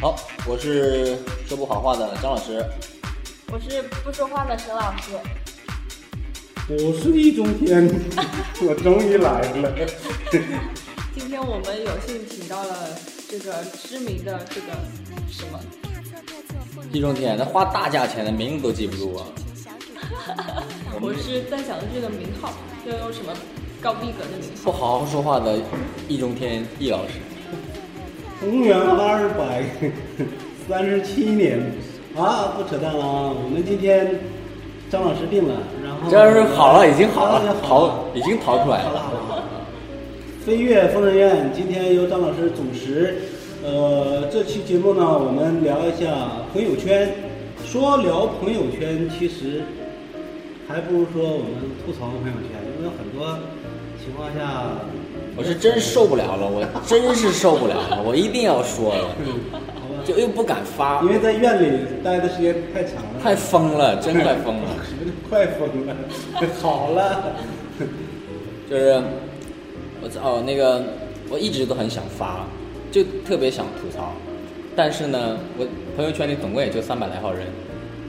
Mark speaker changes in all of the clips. Speaker 1: 好，我是说不好话的张老师。
Speaker 2: 我是不说话的沈老师。
Speaker 3: 我是易中 天，我终于来了。
Speaker 2: 今天我们有幸请到了这个知名的这个什么？
Speaker 1: 易中天，那花大价钱的名字都记不住啊。
Speaker 2: 我是赞享日的名号，又有什么高逼格的名
Speaker 1: 不
Speaker 2: 号？
Speaker 1: 好好说话的易中天易老师，
Speaker 3: 公元二百三十七年啊，不扯淡了啊！我们今天张老师病了，然后
Speaker 1: 这要是好了已经好
Speaker 3: 啊
Speaker 1: 了，
Speaker 3: 好
Speaker 1: 逃已经逃出来
Speaker 3: 好了
Speaker 1: 了。
Speaker 3: 好了好了。飞跃疯人院今天由张老师主持，呃，这期节目呢，我们聊一下朋友圈。说聊朋友圈，其实还不如说我们吐槽朋友圈，因为很多情况下，
Speaker 1: 我是真受不了了，我真是受不了了，我一定要说了，
Speaker 3: 好吧，
Speaker 1: 就又不敢发
Speaker 3: 因，为在院里待的时间太长了，
Speaker 1: 快疯了，真快疯了。
Speaker 3: 快疯 了，好了，
Speaker 1: 就是我哦那个我一直都很想发，就特别想吐槽，但是呢，我朋友圈里总共也就三百来号人，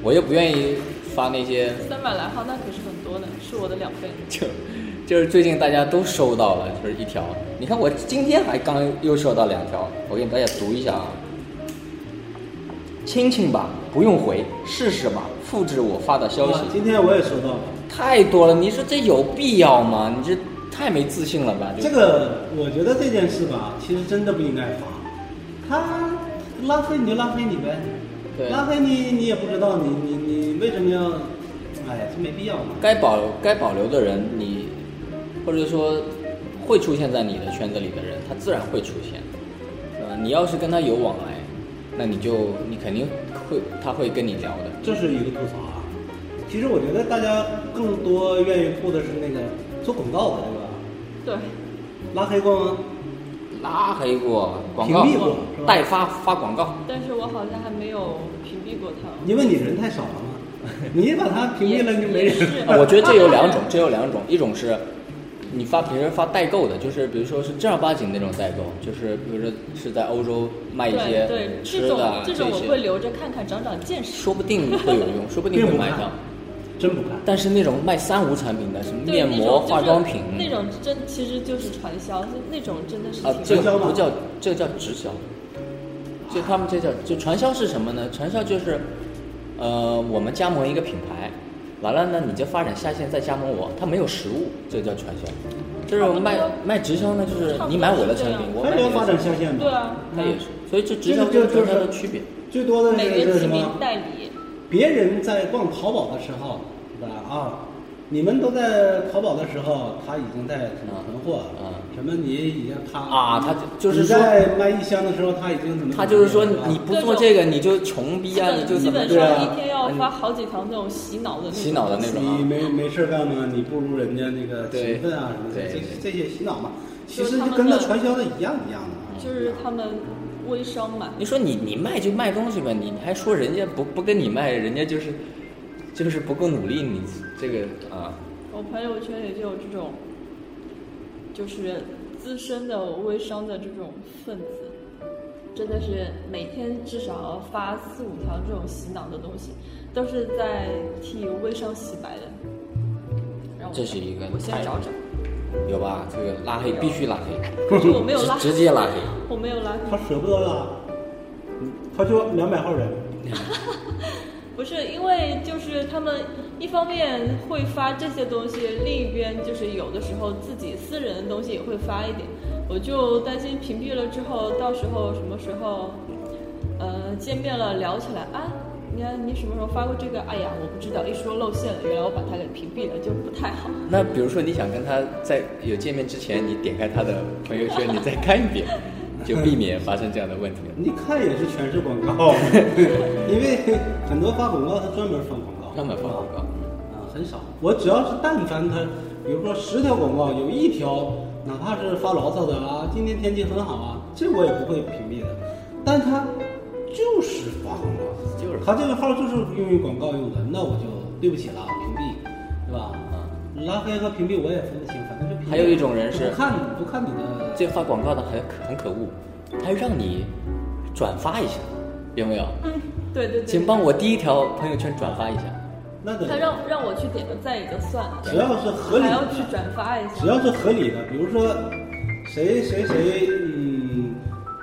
Speaker 1: 我又不愿意发那些，
Speaker 2: 三百来号那可是很多呢，是我的两倍。
Speaker 1: 就就是最近大家都收到了，就是一条，你看我今天还刚又收到两条，我给大家读一下啊。亲亲吧，不用回，试试吧，复制我发的消息
Speaker 3: 啊。今天我也收到了。
Speaker 1: 太多了，你说这有必要吗？你这太没自信了吧？就
Speaker 3: 这个我觉得这件事吧，其实真的不应该发，他拉黑你就拉黑你呗，
Speaker 1: 对
Speaker 3: 拉黑你你也不知道你你你为什么要，哎呀，这没必要嘛。
Speaker 1: 该保该保留的人，你或者说会出现在你的圈子里的人，他自然会出现，对吧？你要是跟他有往来，那你就你肯定会他会跟你聊的。
Speaker 3: 这是一个吐槽啊，其实我觉得大家更多愿意吐的是那个做广告的，对吧？
Speaker 2: 对，
Speaker 3: 拉黑过吗？
Speaker 1: 拉黑过广告
Speaker 3: 屏蔽过是吧，
Speaker 1: 代发发广告，
Speaker 2: 但是我好像还没有屏蔽过他。
Speaker 3: 因为你人太少 了嘛，你把他屏蔽了你就没
Speaker 2: 也是
Speaker 3: 人。
Speaker 1: 啊我觉得这有两种，这有两种，一种是你发平时发代购的，就是比如说是正儿八经那种代购，就是比如说是在欧洲卖一些
Speaker 2: 对对，
Speaker 1: 吃
Speaker 2: 这
Speaker 1: 的
Speaker 2: 种
Speaker 1: 啊
Speaker 2: 这种我
Speaker 1: 些
Speaker 2: 会留着看看，长长见识。
Speaker 1: 说不定会有用，说不定会
Speaker 3: 并不
Speaker 1: 买到
Speaker 3: 看。真不看。
Speaker 1: 但是那种卖三无产品的，什么
Speaker 2: 对
Speaker 1: 面膜、
Speaker 2: 那种就是
Speaker 1: 化妆品，
Speaker 2: 那种真其实就是传销，那种真的是
Speaker 1: 啊
Speaker 2: 挺，
Speaker 1: 这
Speaker 3: 直
Speaker 1: 个
Speaker 3: 销吗
Speaker 1: 不叫，这个叫直销。就他们这叫就传销是什么呢？传销就是，呃，我们加盟一个品牌，完了呢，你就发展下线，再加盟我，它没有实物，这叫传销。就是我们卖
Speaker 2: 差不多
Speaker 1: 卖直销呢，就是
Speaker 2: 差不多
Speaker 1: 你买我的
Speaker 2: 是
Speaker 1: 产
Speaker 2: 这样
Speaker 1: 品，我
Speaker 3: 还
Speaker 1: 买
Speaker 3: 是
Speaker 1: 你的
Speaker 3: 要发
Speaker 1: 产
Speaker 3: 展
Speaker 1: 品，
Speaker 3: 下线嘛。
Speaker 2: 对啊
Speaker 1: 它也是。所以这直
Speaker 3: 这
Speaker 1: 销
Speaker 3: 个
Speaker 1: 跟
Speaker 3: 就
Speaker 1: 传销
Speaker 3: 就是
Speaker 1: 的区别。
Speaker 3: 最多的
Speaker 2: 每
Speaker 3: 是
Speaker 2: 人
Speaker 3: 什
Speaker 2: 起
Speaker 3: 么
Speaker 2: 名？代理，
Speaker 3: 别人在逛淘宝的时候，对吧？啊，你们都在淘宝的时候，他已经在什么囤货
Speaker 1: 啊
Speaker 3: 什么你已经他
Speaker 1: 啊他就就是
Speaker 3: 你
Speaker 1: 说
Speaker 3: 在卖一箱的时候，他已经怎么？
Speaker 1: 他就是说
Speaker 3: 怎么样
Speaker 1: 你
Speaker 3: 了
Speaker 1: 不做这个你就穷逼
Speaker 2: 基
Speaker 1: 啊，你嗯
Speaker 2: 本
Speaker 1: 就
Speaker 2: 基
Speaker 1: 怎么
Speaker 2: 本
Speaker 1: 着
Speaker 3: 对
Speaker 2: 上
Speaker 3: 啊
Speaker 2: 一天要发好几条那种洗脑的那种。
Speaker 1: 洗脑的那种
Speaker 3: 你
Speaker 1: 啊。
Speaker 3: 没没事干吗？你不如人家那个
Speaker 1: 对
Speaker 3: 勤奋啊什么的，
Speaker 1: 对
Speaker 3: 这
Speaker 1: 对
Speaker 3: 这些洗脑嘛，其
Speaker 2: 就是
Speaker 3: 实
Speaker 2: 他
Speaker 3: 就
Speaker 2: 们
Speaker 3: 跟那
Speaker 2: 的
Speaker 3: 传销的一样一样的啊。
Speaker 2: 就是他们微商嘛。
Speaker 1: 你说你你卖就卖东西呗，你你还说人家不不跟你卖，人家就是就是不够努力，你这个啊，
Speaker 2: 我朋友圈里就有这种，就是资深的微商的这种分子，真的是每天至少要发四五条这种洗脑的东西，都是在替微商洗白的。让我
Speaker 1: 这是一个
Speaker 2: 我先
Speaker 1: 太
Speaker 2: 找找，
Speaker 1: 有吧？这个拉黑必须拉黑，
Speaker 2: 可是我没有拉，
Speaker 1: 直直接拉黑，
Speaker 2: 我没有拉黑
Speaker 3: 他舍不得拉，他就两百号人，
Speaker 2: 不是因为就是他们一方面会发这些东西，另一边就是有的时候自己私人的东西也会发一点，我就担心屏蔽了之后，到时候什么时候，呃，见面了聊起来啊，你看你什么时候发过这个？哎呀，我不知道，一说露馅了，原来我把它给屏蔽了，就不太好。
Speaker 1: 那比如说你想跟他在有见面之前，你点开他的朋友圈，你再看一遍，就避免发生这样的问题了。
Speaker 3: 你看也是全是广 告，因为很多发广告他专门放广告，
Speaker 1: 专门放广告，
Speaker 3: 啊，很少。我只要是但凡他，比如说十条广告有一条，哪怕是发牢骚的啊，今天天气很好啊，这我也不会屏蔽的。但他就是发广告，
Speaker 1: 就是
Speaker 3: 他这个号就是用于广告用的，那我就对不起了，屏蔽，对吧？
Speaker 1: 啊，
Speaker 3: 拉黑和屏蔽我也分不清，反正就屏蔽
Speaker 1: 还有一种人是
Speaker 3: 不看不看你的
Speaker 1: 这发广告的很可很可恶，他让你转发一下，有没有？
Speaker 2: 嗯，对对对，
Speaker 1: 请帮我第一条朋友圈转发一下。
Speaker 3: 那得
Speaker 2: 他让让我去点个赞也就算了，
Speaker 3: 只要是合理
Speaker 2: 还
Speaker 3: 的，
Speaker 2: 要去转发一
Speaker 3: 只
Speaker 2: 下。
Speaker 3: 要是合理的，比如说谁谁谁，嗯，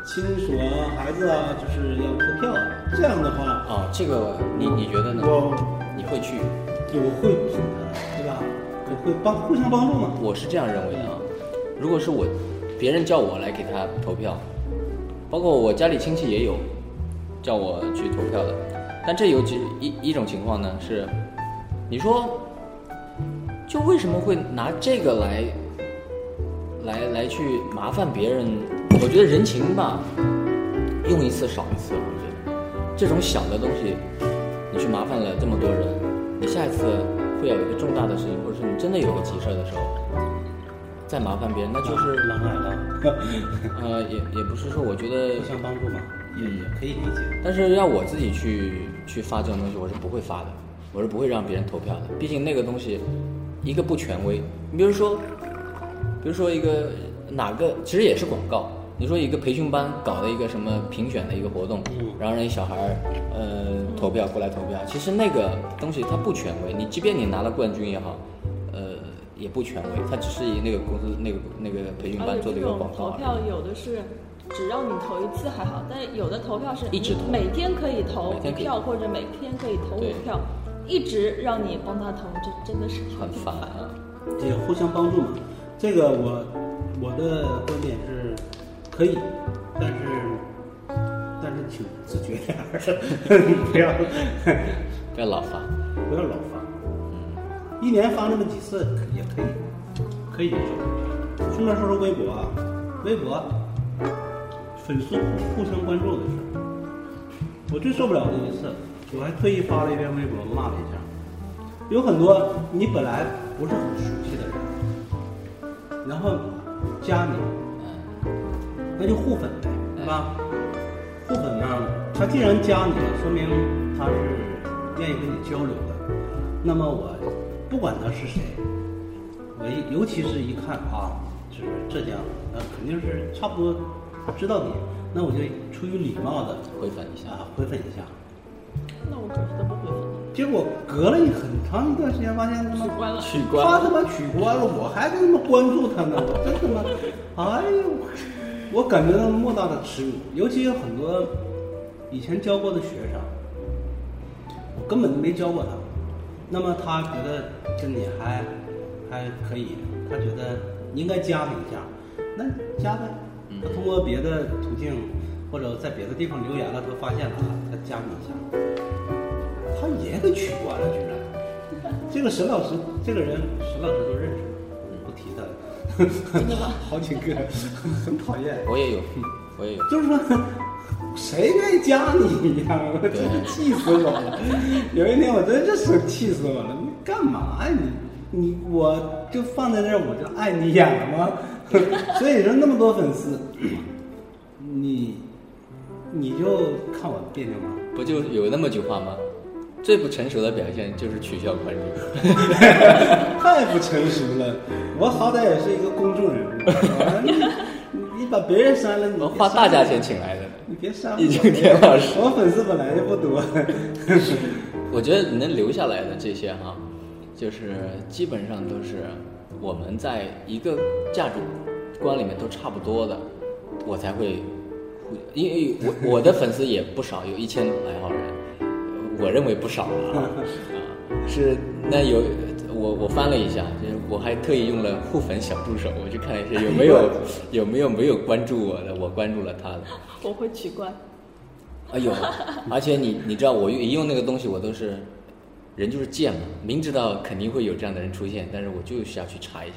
Speaker 3: 亲属啊、孩子啊，就是要投票，这样的话，
Speaker 1: 哦，这个你你觉得呢？
Speaker 3: 我
Speaker 1: 你会去？
Speaker 3: 我会捧他，对吧？我会帮互相帮助嘛。
Speaker 1: 我是这样认为的啊。如果是我，别人叫我来给他投票，包括我家里亲戚也有叫我去投票的，但这有几一一种情况呢是，你说，就为什么会拿这个来，来来去麻烦别人？我觉得人情吧，用一次少一次，我觉得这种小的东西，你去麻烦了这么多人，你下一次会有一个重大的事情，或者是你真的有个急事儿的时候，再麻烦别人，那就是
Speaker 3: 狼来 了，
Speaker 1: 呃，也也不是说我觉得
Speaker 3: 互，相帮助嘛，也也可以理解。
Speaker 1: 但是要我自己去去发这种东西，我是不会发的，我是不会让别人投票的。毕竟那个东西，一个不权威。你比如说，比如说一个哪个，其实也是广告。你说一个培训班搞的一个什么评选的一个活动，
Speaker 2: 嗯
Speaker 1: 然后让一小孩儿呃投票过来投票，其实那个东西它不权威。你即便你拿了冠军也好，呃也不权威，它只是以那个公司那个那个培训
Speaker 2: 而
Speaker 1: 班
Speaker 2: 且
Speaker 1: 做的
Speaker 2: 这
Speaker 1: 一个
Speaker 2: 呃种
Speaker 1: 广告
Speaker 2: 投
Speaker 1: 而已。
Speaker 2: 票有的是只让你投一次还好，但有的投票是
Speaker 1: 一直
Speaker 2: 你
Speaker 1: 投
Speaker 2: 每天可以投
Speaker 1: 每
Speaker 2: 一
Speaker 1: 天可以
Speaker 2: 票或者每天可以投
Speaker 1: 对
Speaker 2: 五票，一直让你帮他投，这真的是
Speaker 1: 很
Speaker 2: 挺
Speaker 1: 烦啊。
Speaker 3: 也互相帮助嘛。这个我我的观点是可以，但是但是请自觉点儿， 不要
Speaker 1: 不要老发。
Speaker 3: 不要老发，一年发那么几次也可以，可以接受。顺便说说微博啊，微博粉丝互互相关注的事儿，我最受不了的一次，我还特意发了一篇微博骂了一下。有很多你本来不是很熟悉的人，然后加你，
Speaker 1: 嗯，
Speaker 3: 那就互粉呗，是吧？互粉呢，他既然加你了，说明他是愿意跟你交流的。那么我不管他是谁，我一尤其是一看啊，就是浙江，那肯定是差不多知道你，那我就出于礼貌的
Speaker 1: 回粉一下。
Speaker 3: 啊回粉一下。
Speaker 2: 那我可是都不回复你
Speaker 3: 结果隔了一很长一段时间，发现他妈
Speaker 2: 取关了。
Speaker 1: 取
Speaker 3: 他他妈取关了，我还他妈关注他呢，我真他妈，哎呦，我感觉到莫大的耻辱，尤其有很多以前教过的学生，我根本没教过他，那么他觉得跟你还还可以，他觉得应该加你一下，那加呗，
Speaker 2: 嗯
Speaker 3: 他通过别的途径或者在别的地方留言了，他发现了，他加你一下，他也给取关了，居然。这个沈老师，这个人沈老师都认识，不提他了， 好几个，很讨厌。
Speaker 1: 我也有， 我也有。
Speaker 3: 就是说，谁愿意加你呀、我真是气死我了。有一天我真的是气死我了，你干嘛呀、你？你我就放在那儿，我就碍你眼了吗？ 所以说那么多粉丝，你你就看我别扭吗？
Speaker 1: 不就有那么句话吗？最不成熟的表现就是取消关注。
Speaker 3: 太不成熟了，我好歹也是一个公众人物， 啊你你你把别人删了，你别
Speaker 1: 我花
Speaker 3: 删
Speaker 1: 大
Speaker 3: 我
Speaker 1: 价钱，请来的。
Speaker 3: 你别删我
Speaker 1: 易经田老师
Speaker 3: 我粉丝本来就不多，
Speaker 1: 我觉得能留下来的这些哈、就是基本上都是我们在一个价值观里面都差不多的，我才会，因为我我的粉丝也不少，有一千来号人，我认为不少了啊。啊是那有我我翻了一下，就是我还特意用了互粉小助手，我去看一下有没有有没有没有关注我的，我关注了他的。
Speaker 2: 我会取关。
Speaker 1: 啊有，而且你你知道我一用那个东西，我都是人就是贱嘛，明知道肯定会有这样的人出现，但是我就是要去查一下。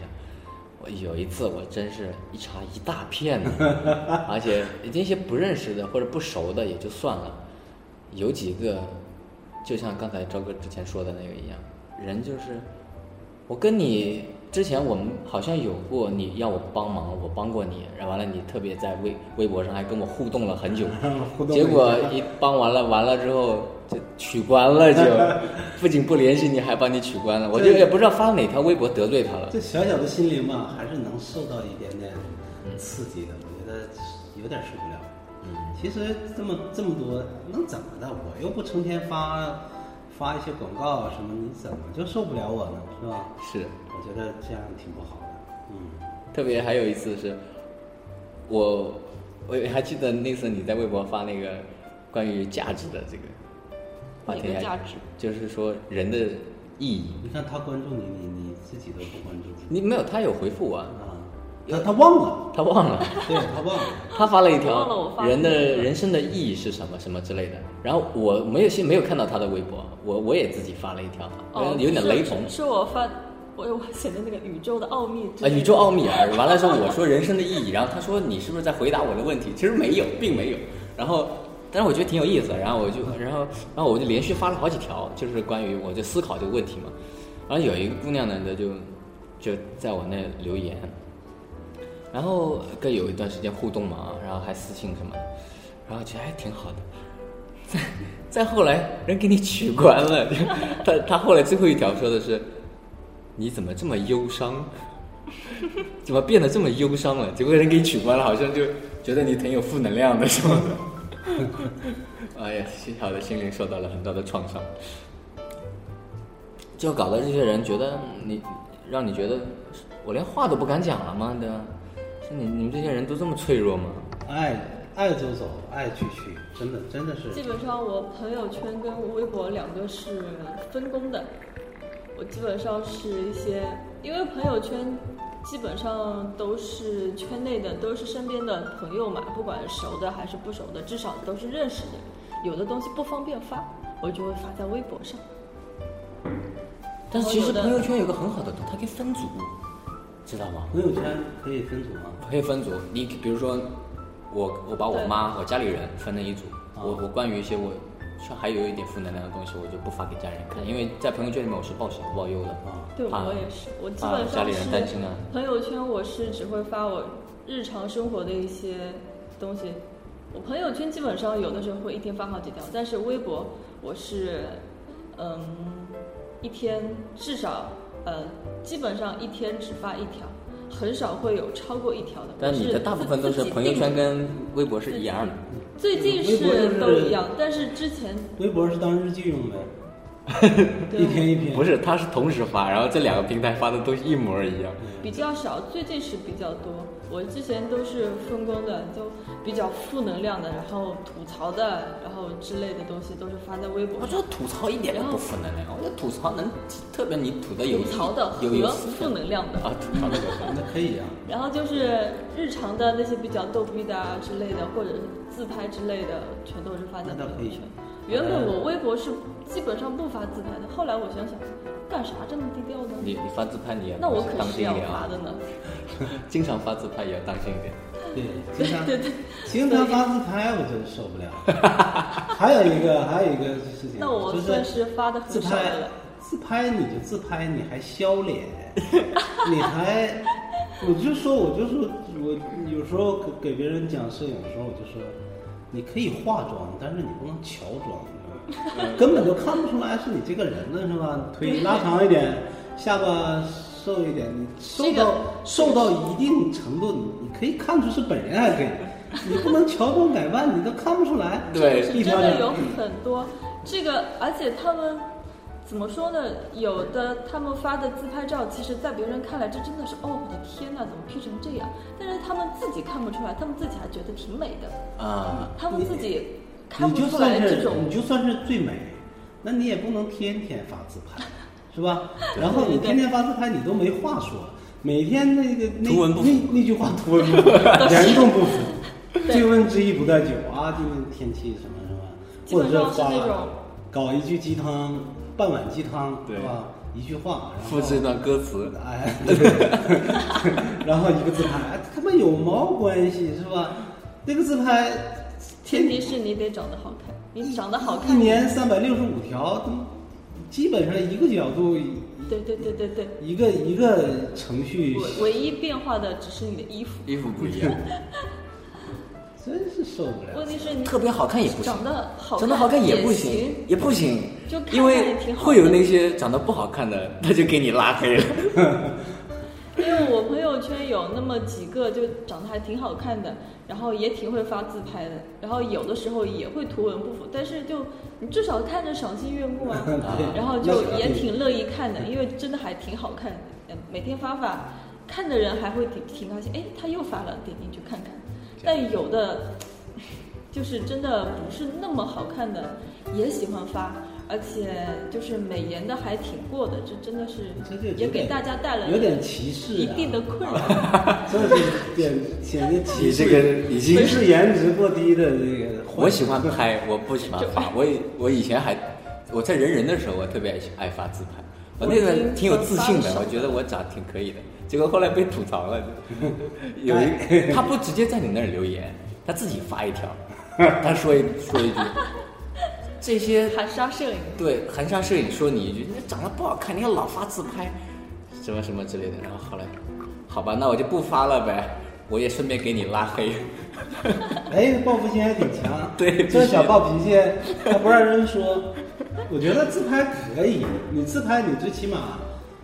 Speaker 1: 我有一次我真是一查一大片呢， 而且那些不认识的或者不熟的也就算了，有几个就像刚才周哥之前说的那个一样，人就是我跟你之前我们好像有过，你要我帮忙，我帮过你，然后完了你特别在微微博上还跟我互动了很久
Speaker 3: 互，动了一
Speaker 1: 结
Speaker 3: 下
Speaker 1: 果一帮完了完了之后就取关了 就，不仅不联系你，还把你取关了，我就
Speaker 3: 对
Speaker 1: 也不知道发哪条微博得罪他了。
Speaker 3: 这小小的心灵吧，还是能受到一点点刺激的，我觉得有点受不了。其实这么这么多能怎么的？我又不成天发发一些广告啊什么，你怎么就受不了我呢？是吧？
Speaker 1: 是，
Speaker 3: 我觉得这样挺不好的。嗯，
Speaker 1: 特别还有一次是，我我还记得那次你在微博发那个关于价值的这个话题，
Speaker 2: 哪个价值
Speaker 1: 就是说人的意义。
Speaker 3: 你看他关注你，你你自己都不关注
Speaker 1: 你没有，他有回复我、啊，
Speaker 3: 啊？他他忘了，
Speaker 1: 他忘了，
Speaker 3: 对他忘了。
Speaker 1: 他发了一
Speaker 2: 我忘了哦我
Speaker 1: 条
Speaker 2: 发
Speaker 1: 人的
Speaker 2: 的那个
Speaker 1: 人生的意义是什么什么之类的，然后我没有先没有看到他的微博，我我也自己发了一条，
Speaker 2: 哦，
Speaker 1: 哎有点
Speaker 2: 是
Speaker 1: 雷同。
Speaker 2: 是是我发，我我写的那个宇宙的奥秘之
Speaker 1: 啊，
Speaker 2: 类
Speaker 1: 宇
Speaker 2: 的
Speaker 1: 宙奥秘啊！完了之后，我说人生的意义，然后他说你是不是在回答我的问题？其实没有，并没有。然后，但是我觉得挺有意思的。然后我就，然后，然后我就连续发了好几条，就是关于我就思考这个问题嘛。然后有一个姑娘呢，她就就在我那留言，然后跟有一段时间互动嘛啊，然后还私信什么的，然后觉得还挺好的。 再再后来，人给你取关了。 他他后来最后一条说的是：“你怎么这么忧伤？怎么变得这么忧伤了？”结果人给你取关了，好像就觉得你挺有负能量的什么 的。哎呀，幸好我的心灵受到了很大的创伤，就搞得这些人觉得你，让你觉得我连话都不敢讲了吗？对吧？说你你们这些人都这么脆弱吗？
Speaker 3: 爱爱走走，爱去去，真的真的
Speaker 2: 基
Speaker 3: 是。
Speaker 2: 本上我朋友圈跟微博两个是分工的，我基本上是一些，因为朋友圈基本上都是圈内的，都是身边的朋友嘛，不管熟的还是不熟的，至少都是认识的。有的东西不方便发，我就会发在微博上。
Speaker 1: 但是其实
Speaker 2: 我觉得
Speaker 1: 朋友圈有个很好的，它可以分组，知道吗？
Speaker 3: 朋友圈可以分组吗？
Speaker 1: 可以分组，你比如说，我我把我
Speaker 2: 对哦
Speaker 1: 妈、我家里人分成一组，
Speaker 3: 啊
Speaker 1: 我我关于一些我像还有一点负能量的东西，我就不发给家人看，因为在朋友圈里面我是报喜不报忧的。
Speaker 3: 啊，
Speaker 2: 对，
Speaker 1: 怕
Speaker 2: 我也是，我基
Speaker 1: 怕
Speaker 2: 本
Speaker 1: 家里
Speaker 2: 上
Speaker 1: 人
Speaker 2: 是
Speaker 1: 担心啊。
Speaker 2: 朋友圈我是只会发我日常生活的一些东西，我朋友圈基本上有的时候会一天发好几条，但是微博我是，嗯，一天至少呃，基本上一天只发一条，很少会有超过一条的。
Speaker 1: 但
Speaker 2: 我
Speaker 1: 你
Speaker 2: 是
Speaker 1: 的大部
Speaker 2: 自
Speaker 1: 分都
Speaker 2: 自
Speaker 1: 是
Speaker 2: 己
Speaker 1: 朋友
Speaker 2: 定
Speaker 1: 圈
Speaker 2: 的
Speaker 1: 跟微博是一样的，
Speaker 2: 最近
Speaker 3: 微博就是
Speaker 2: 是都一样，但是之前
Speaker 3: 微博是当日记用 的，
Speaker 2: 对
Speaker 3: 一篇一篇。
Speaker 1: 不是，它是同时发，然后这两个平台发的都一模一样。
Speaker 2: 比
Speaker 3: 嗯
Speaker 2: 较少，最近是比较多。我之前都是分工的，就比较负能量的，然后吐槽的，然后之类的东西都是发在微博
Speaker 1: 我
Speaker 2: 上
Speaker 3: 哦
Speaker 1: 觉。得吐槽一点都不负能量，我觉得吐槽能特别你吐的有
Speaker 2: 吐槽的
Speaker 1: 有有
Speaker 2: 和负能量的，
Speaker 1: 啊，吐槽的有思想
Speaker 3: 那可以啊，
Speaker 2: 然后就是日常的那些比较逗逼的啊之类的，或者是自拍之类的，全都是发在
Speaker 3: 那倒可
Speaker 2: 朋
Speaker 3: 以
Speaker 2: 友圈。原本我微博是基本上不发自拍的，后来我想想，干啥这么低调呢？
Speaker 1: 你你发自拍你也
Speaker 2: 那我可
Speaker 1: 当
Speaker 2: 是
Speaker 1: 心一
Speaker 2: 要
Speaker 1: 点
Speaker 2: 发
Speaker 1: 啊，
Speaker 2: 的呢。
Speaker 1: 经常发自拍也要当心一点。
Speaker 3: 对，经常
Speaker 2: 对对，
Speaker 3: 经常发自拍，我就受不了。还有一个，还有一个事情，
Speaker 2: 那我
Speaker 3: 就
Speaker 2: 算
Speaker 3: 是
Speaker 2: 是发的
Speaker 3: 自
Speaker 2: 很少
Speaker 3: 拍
Speaker 2: 的了。，
Speaker 3: 自拍你就自拍，你还削 脸，你还，我就说，我就说，我有时候给给别人讲摄影的时候，我就说，你可以化妆，但是你不能乔装，你知道吗？根本就看不出来是你这个人了，是吧？腿拉长一点，下巴瘦一点，你瘦
Speaker 2: 这个
Speaker 3: 到瘦到一定程度，你你可以看出是本人还可以，你不能乔装改扮，你都看不出来。
Speaker 1: 对
Speaker 2: 是
Speaker 3: 一
Speaker 2: 真
Speaker 3: 条
Speaker 2: 的
Speaker 3: 脸
Speaker 2: 有很多这个，而且他们怎么说呢？有的他们发的自拍照，其实在别人看来，这真的是哦，我的天呐，怎么 P 成这样？但是他们自己看不出来，他们自己还觉得挺美的，
Speaker 1: 啊，
Speaker 2: 他们自己看
Speaker 3: 你
Speaker 2: 不
Speaker 3: 就
Speaker 2: 出
Speaker 3: 算
Speaker 2: 来
Speaker 3: 是
Speaker 2: 这种
Speaker 3: 你就算是最美，那你也不能天天发自 拍，是吧？然后你
Speaker 2: 对对
Speaker 3: 天天发自拍，你都没话说，每天那个那
Speaker 1: 图文不符
Speaker 3: 那那句话图文 不符，严重不符。醉翁之意不在酒啊，今天天气什么什么，
Speaker 2: 基
Speaker 3: 或
Speaker 2: 本
Speaker 3: 者
Speaker 2: 上是
Speaker 3: 发
Speaker 2: 那种
Speaker 3: 搞一句鸡汤，半碗鸡汤，
Speaker 1: 对
Speaker 3: 是吧？一句话，然
Speaker 1: 复
Speaker 3: 后
Speaker 1: 制一段歌词，
Speaker 3: 哎，对 然后一个自拍，哎他妈有毛关系是吧？那个自拍，
Speaker 2: 前提是你得长得好看，你长得好
Speaker 3: 一
Speaker 2: 看，
Speaker 3: 年三百六十五条，基本上一个角度，
Speaker 2: 对对对对对，
Speaker 3: 一个一个程序，
Speaker 2: 唯唯一变化的只是你的衣服，
Speaker 1: 衣服不一 样，
Speaker 3: 真是受不了
Speaker 2: 问。题是你
Speaker 1: 特别好看也不行
Speaker 2: 长，得好
Speaker 1: 长得好看
Speaker 2: 也
Speaker 1: 不行，也不行
Speaker 2: 就，看
Speaker 1: 因
Speaker 2: 看
Speaker 1: 为
Speaker 2: 也挺好
Speaker 1: 会有
Speaker 2: 的
Speaker 1: 那些长得不好看的，他就给你拉黑了。
Speaker 2: 因为我朋友圈有那么几个就长得还挺好看的，然后也挺会发自拍的，然后有的时候也会图文不符，但是就你至少看着赏心悦目啊， 然后就也挺乐意看的，因为真的还挺好看的，嗯每天发发，看的人还会挺挺高兴，哎，他又发了，点进去看看，但有的就是真的不是那么好看的，也喜欢发。而且就是美颜的还挺过的，这真的是
Speaker 3: 这就有点
Speaker 2: 也给大家带来
Speaker 3: 有点歧视、啊，
Speaker 2: 一定 的困扰。
Speaker 3: 这是点显得歧
Speaker 4: 你
Speaker 3: 视。
Speaker 4: 这个已经
Speaker 3: 歧视颜值过低的这个，
Speaker 1: 我喜欢拍，我不喜欢发。我以我以前还我在人人的时候，我特别爱发自拍，我那个挺有自信的，我觉得我长得挺可以的。结果后来被吐槽 了，有一 他不直接在你那儿留言，他自己发 一条，他说一说一句，这些
Speaker 2: 含沙射 影，
Speaker 1: 对含沙射影说你一句，你长得不好看，你要老发自拍，什么什么之类的。然后后来，好吧，那我就不发了呗，我也顺便给你拉 黑。
Speaker 3: 哎，报复心还挺强。
Speaker 1: 对
Speaker 3: 这小暴脾气，他不让人说。我觉得自拍可以，你自拍你最起码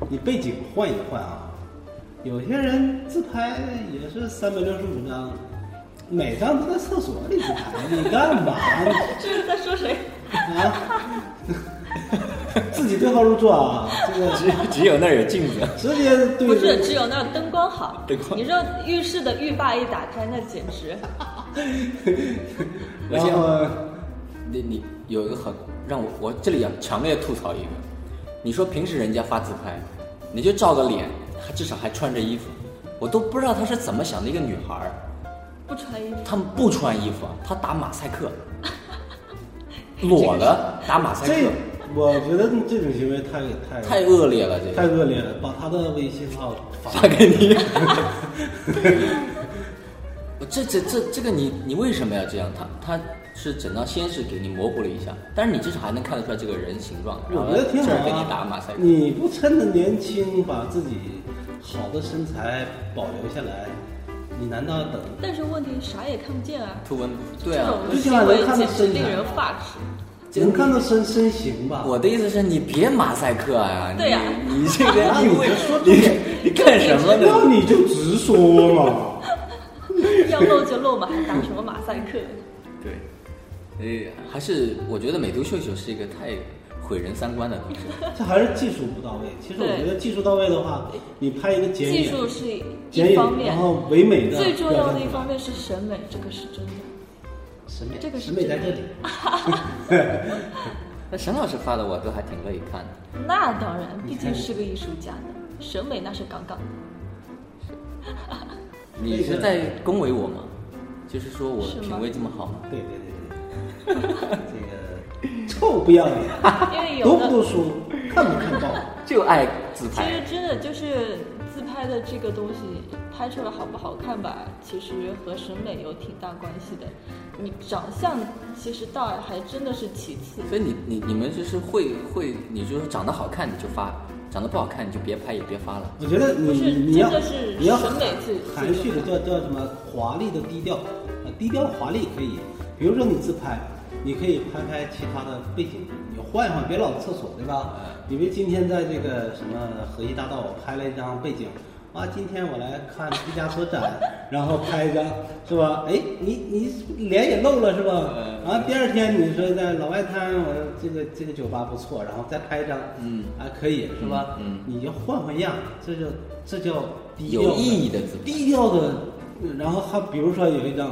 Speaker 3: 你背景换一换啊。有些人自拍也是三百六十五张，每张都在厕所里自拍，你干嘛呢？
Speaker 2: 这是在说谁？
Speaker 3: 啊？ 自己对号入座啊！这个
Speaker 1: 只只有那儿有镜子。
Speaker 3: 直接对
Speaker 2: 不是，
Speaker 3: 着
Speaker 2: 只有那儿灯光好。
Speaker 1: 灯光
Speaker 2: 你知道浴室的浴霸一打开，那简直。
Speaker 1: 我
Speaker 3: 然
Speaker 1: 先
Speaker 3: 后
Speaker 1: 你你有一个很让我我这里要强烈吐槽一个，你说平时人家发自拍，你就照个脸，还至少还穿着衣服，我都不知道她是怎么想的一个女孩儿，
Speaker 2: 不穿衣服，
Speaker 1: 她们不穿衣服，她打马赛 克，裸了打马赛
Speaker 3: 这
Speaker 1: 克，，
Speaker 3: 我觉得这种行为太太
Speaker 1: 太恶劣了，这
Speaker 3: 太
Speaker 1: 个
Speaker 3: 恶劣了，把他的微信号发
Speaker 1: 发给你。我 这这这这个你你为什么要这样？他他是整张先是给你模糊了一下，但是你至少还能看得出来这个人形状，然
Speaker 3: 我
Speaker 1: 后
Speaker 3: 觉得挺好
Speaker 1: 这
Speaker 3: 啊
Speaker 1: 儿给你打马赛克。
Speaker 3: 你不趁着年轻把自己好的身材保留下来，你难道等？
Speaker 2: 但是问题啥也看不见啊。
Speaker 1: 图文不符对啊，
Speaker 2: 这种行为简直令人发指。
Speaker 1: 这
Speaker 3: 能看到身身形吧？
Speaker 1: 我的意思是你别马赛克啊！
Speaker 2: 对呀
Speaker 1: 你你这个
Speaker 3: 啊
Speaker 1: 你
Speaker 3: 你
Speaker 1: 为
Speaker 3: 就说重点
Speaker 1: 你你干什么
Speaker 3: 那
Speaker 1: 呢？
Speaker 3: 你就直说 嘛。啊
Speaker 2: 要露就露嘛，还打什么马赛克？
Speaker 1: 对，呃，还是我觉得美图秀秀是一个太毁人三观的东西。
Speaker 3: 这还是技术不到位。其实我
Speaker 2: 对
Speaker 3: 觉得技术到位的话，你拍一个 剪
Speaker 2: 技
Speaker 3: 影，
Speaker 2: 术是
Speaker 3: 剪
Speaker 2: 一方
Speaker 3: 影，
Speaker 2: 面
Speaker 3: 然，后唯美的
Speaker 2: 最重要的一
Speaker 3: 表
Speaker 2: 方面是审美，这个是真的。
Speaker 3: 现出来审美，
Speaker 2: 这个是
Speaker 3: 审美在这里。
Speaker 1: 那沈老师发的我都还挺乐意看的，
Speaker 2: 那当然，毕竟是个艺术家呢，审美那是杠 杠的。
Speaker 1: 你是在恭维我吗？就是说我
Speaker 2: 是吗
Speaker 1: 品味这么好吗？
Speaker 3: 对对对 对， 这个臭不要脸，
Speaker 2: 因为有
Speaker 3: 读
Speaker 2: 的
Speaker 3: 不读书，看不看报，
Speaker 1: 就爱自
Speaker 2: 其实
Speaker 1: 拍，
Speaker 2: 真的就是自拍的这个东西，拍出来好不好看吧，其实和审美有挺大关系的。你长相其实倒还真的是其次，
Speaker 1: 所以你你你们就是会会，你就是长得好看你就发，长得不好看你就别拍也别发了。
Speaker 3: 我觉得
Speaker 2: 不
Speaker 3: 你
Speaker 2: 是
Speaker 3: 你要
Speaker 2: 真的是
Speaker 3: 你要
Speaker 2: 审美最
Speaker 3: 含蓄的
Speaker 2: 最重
Speaker 3: 叫叫什么华丽的低调，呃低调华丽可以。比如说你自拍，你可以拍拍其他的背景，你换一换，别老厕所对吧？
Speaker 1: 哎
Speaker 3: 你别今天在这个什么河西大道我拍了一张背景。啊，今天我来看毕加索展，然后拍一张，是吧？哎，你你脸也露了是吧？
Speaker 1: 哎
Speaker 3: 啊，第二天你说在老外滩，我这个这个酒吧不错，然后再拍一张，
Speaker 1: 嗯
Speaker 3: 啊，可以是吧？
Speaker 1: 嗯嗯
Speaker 3: 你就换换样，这就这叫低调
Speaker 1: 有意义的自拍
Speaker 3: 低调的。呃然后还比如说有一张，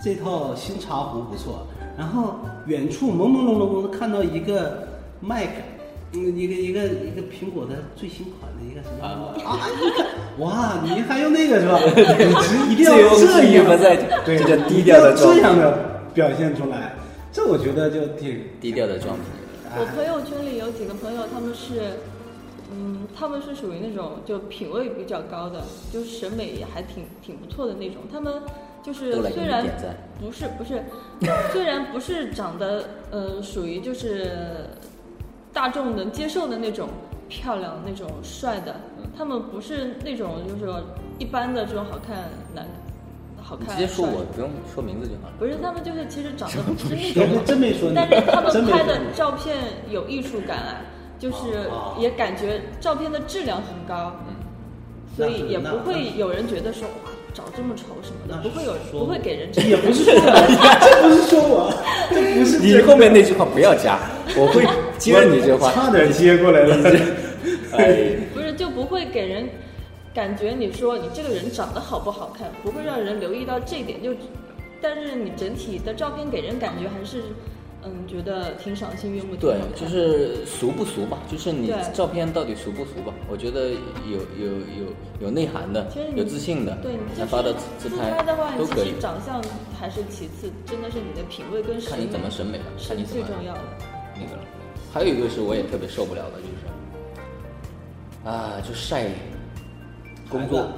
Speaker 3: 这套新茶壶不错，然后远处朦朦胧胧的看到一个麦改，嗯一个一个一个苹果的最新款的一个什么啊一看哇，你还用那个 是吧？你是一定要
Speaker 1: 醉翁
Speaker 3: 这
Speaker 1: 之意
Speaker 3: 样
Speaker 1: 不在酒
Speaker 3: 对，
Speaker 1: 这叫低调的
Speaker 3: 一定要
Speaker 1: 装
Speaker 3: 这样的表现出来，这我觉得就挺
Speaker 1: 低调的装逼，
Speaker 2: 我朋友圈里有几个朋友，他们是，嗯，他们是属于那种就品味比较高的，就是审美也还挺挺不错的那种。他们就是
Speaker 1: 都来给
Speaker 2: 虽
Speaker 1: 你
Speaker 2: 然
Speaker 1: 点赞
Speaker 2: 不是不是，虽然不是长得呃属于就是大众能接受的那种漂亮那种帅的，
Speaker 1: 嗯
Speaker 2: 他们不是那种就是说一般的这种好看男好
Speaker 1: 你
Speaker 2: 看
Speaker 1: 直接说
Speaker 2: 帅
Speaker 1: 我不用说名字就好了。
Speaker 2: 不是，他们就是其实长得不是那
Speaker 3: 真
Speaker 2: 种，
Speaker 3: 哎真没说你
Speaker 2: 但是他
Speaker 3: 真
Speaker 2: 们
Speaker 3: 没
Speaker 2: 拍
Speaker 3: 说
Speaker 2: 的
Speaker 3: 你
Speaker 2: 照片
Speaker 1: 哦嗯
Speaker 2: 有艺术感啊，就是也感觉照片的质量很高，所以也
Speaker 3: 那
Speaker 2: 不
Speaker 3: 那
Speaker 2: 会有人觉得说哇长这么丑什么的，不
Speaker 3: 那
Speaker 2: 会有人
Speaker 3: 说
Speaker 2: 不会给人这
Speaker 3: 也
Speaker 2: 样
Speaker 3: 不是说 我，这不是说我，这不是
Speaker 1: 你
Speaker 3: 这个
Speaker 1: 后面那句话不要 加，我会接着你这
Speaker 3: 我
Speaker 1: 话。
Speaker 3: 差点接过来了。
Speaker 1: 哎，
Speaker 2: 不是就不会给人感觉你说你这个人长得好不好看，不会让人留意到这一点。就但是你整体的照片给人感觉还是嗯觉得挺赏心悦目的。
Speaker 1: 对
Speaker 2: 挺好，看
Speaker 1: 就是俗不俗吧，就是你
Speaker 2: 对
Speaker 1: 照片到底俗不俗吧？我觉得有有有有内涵的
Speaker 2: 其实，你
Speaker 1: 有自信的，
Speaker 2: 对你就
Speaker 1: 能
Speaker 2: 是
Speaker 1: 发的自
Speaker 2: 自
Speaker 1: 拍
Speaker 2: 的话，
Speaker 1: 都
Speaker 2: 其
Speaker 1: 可以
Speaker 2: 实，长相还是其次，真的是你的品味跟审
Speaker 1: 看
Speaker 2: 美
Speaker 1: 你怎么审美了，看
Speaker 2: 是
Speaker 1: 你怎
Speaker 2: 最
Speaker 1: 么
Speaker 2: 重要的。
Speaker 1: 那个了。还有一个是我也特别受不了的，就是啊，就晒工作
Speaker 3: 孩子，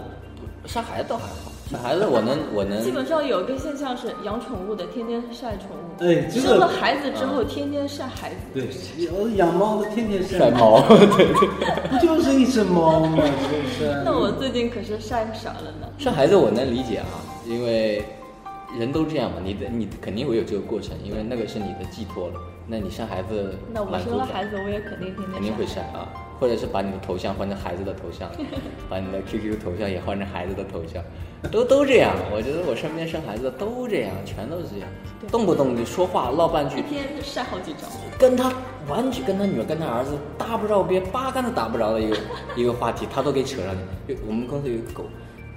Speaker 1: 晒孩子倒还好，晒孩子我能我能
Speaker 2: 基本上有一个现象是养宠物的天天晒宠物，
Speaker 3: 哎这个
Speaker 2: 生了孩子之后
Speaker 1: 啊
Speaker 2: 天天晒孩子，
Speaker 3: 对，我养猫的天天
Speaker 1: 晒， 猫，对对。
Speaker 3: 不就是一只猫吗？是不是？
Speaker 2: 那我最近可是晒傻了呢。
Speaker 1: 生孩子我能理解啊，因为人都这样嘛，你的你肯定会有这个过程，因为那个是你的寄托了。那你生孩子，
Speaker 2: 那我
Speaker 1: 满足
Speaker 2: 生了孩
Speaker 1: 感
Speaker 2: 子，我也肯定天天
Speaker 1: 肯定会
Speaker 2: 晒
Speaker 1: 晒啊，或者是把你的头像换成孩子的头像，把你的 QQ 头像也换成孩子的头像，都都这样。我觉得我身边生孩子的都这样，全都是这样，
Speaker 2: 对
Speaker 1: 动不动就说话唠半句
Speaker 2: 一，天晒好几张。
Speaker 1: 跟他完全跟他女儿跟他儿子搭不着边，八竿子打不着的一个 一个话题，他都给扯上去。有我们公司有一个狗，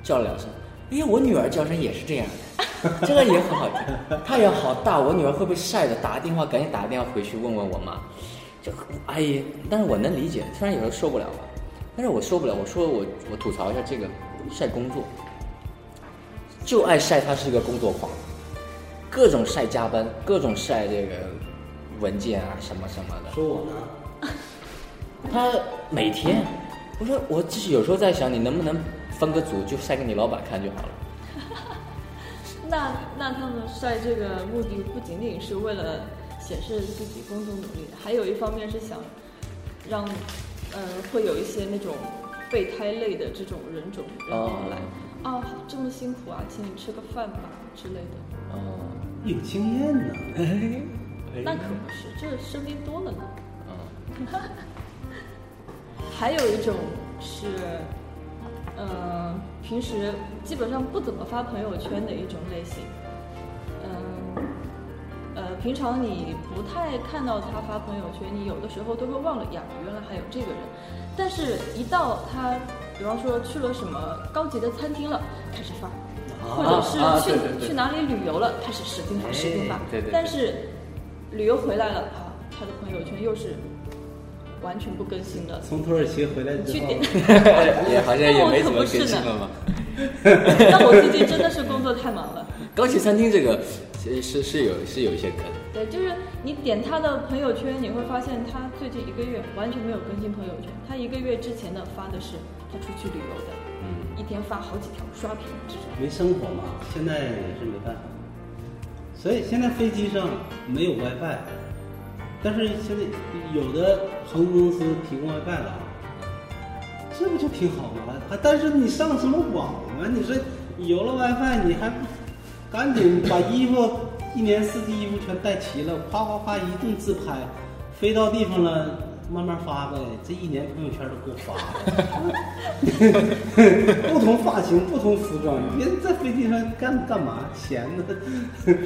Speaker 1: 叫了两声，哎，我女儿叫声也是这样 的，这个也很好听。太阳好大，我女儿会不会晒的？打个电话，赶紧打个电话回去问问我妈。就哎呀，但是我能理解，虽然有时候受不了吧，但是我受不了。我说我我吐槽一下这个晒工作，就爱晒他是一个工作狂，各种晒加班，各种晒这个文件啊什么什么的。
Speaker 3: 说我呢？
Speaker 1: 他每天，我说我其实有时候在想，你能不能分个组，就晒给你老板看就好了。
Speaker 2: 那那他们晒这个目的不仅仅是为了显示自己工作努力，还有一方面是想让，呃，会有一些那种备胎类的这种人种然后来，
Speaker 1: 哦
Speaker 2: 啊，这么辛苦啊，请你吃个饭吧之类的。
Speaker 1: 嗯，
Speaker 3: 有经验呢。
Speaker 1: 哎
Speaker 2: 那可不是，这生病多了呢。
Speaker 1: 嗯，
Speaker 2: 还有一种是，呃，平时基本上不怎么发朋友圈的一种类型。嗯，呃，平常你不太看到他发朋友圈，你有的时候都会忘了呀，原来还有这个人。但是，一到他，比方说去了什么高级的餐厅了，开始发，或者是去、
Speaker 1: 啊对对对
Speaker 2: 去哪里旅游了，开始使劲发，使劲发
Speaker 1: 哎。对对对
Speaker 2: 但是旅游回来了啊，他的朋友圈又是完全不更新了。
Speaker 3: 从土耳其回来之
Speaker 2: 去
Speaker 3: 后，
Speaker 2: 点。
Speaker 1: 哎也好像也没怎么更新了嘛。
Speaker 2: 但我最近真的是工作太忙了。
Speaker 1: 高级餐厅这个是是是有是有一些坑。
Speaker 2: 对，就是你点他的朋友圈，你会发现他最近一个月完全没有更新朋友圈。他一个月之前的发的是他出去旅游的，
Speaker 1: 嗯，
Speaker 2: 一天发好几条，刷屏这种。
Speaker 3: 没生活嘛，现在也是没办法。所以现在飞机上没有 WiFi，但是现在有的航空公司提供 WiFi 了，这不就挺好吗？还但是你上什么网啊？你说有了 WiFi，你还不赶紧把衣服一年四季衣服全带齐了，夸夸夸一顿自拍，飞到地方了慢慢发呗。这一年朋友圈都够发的。 不同发型、不同服装，你别在飞机上干干嘛？闲的，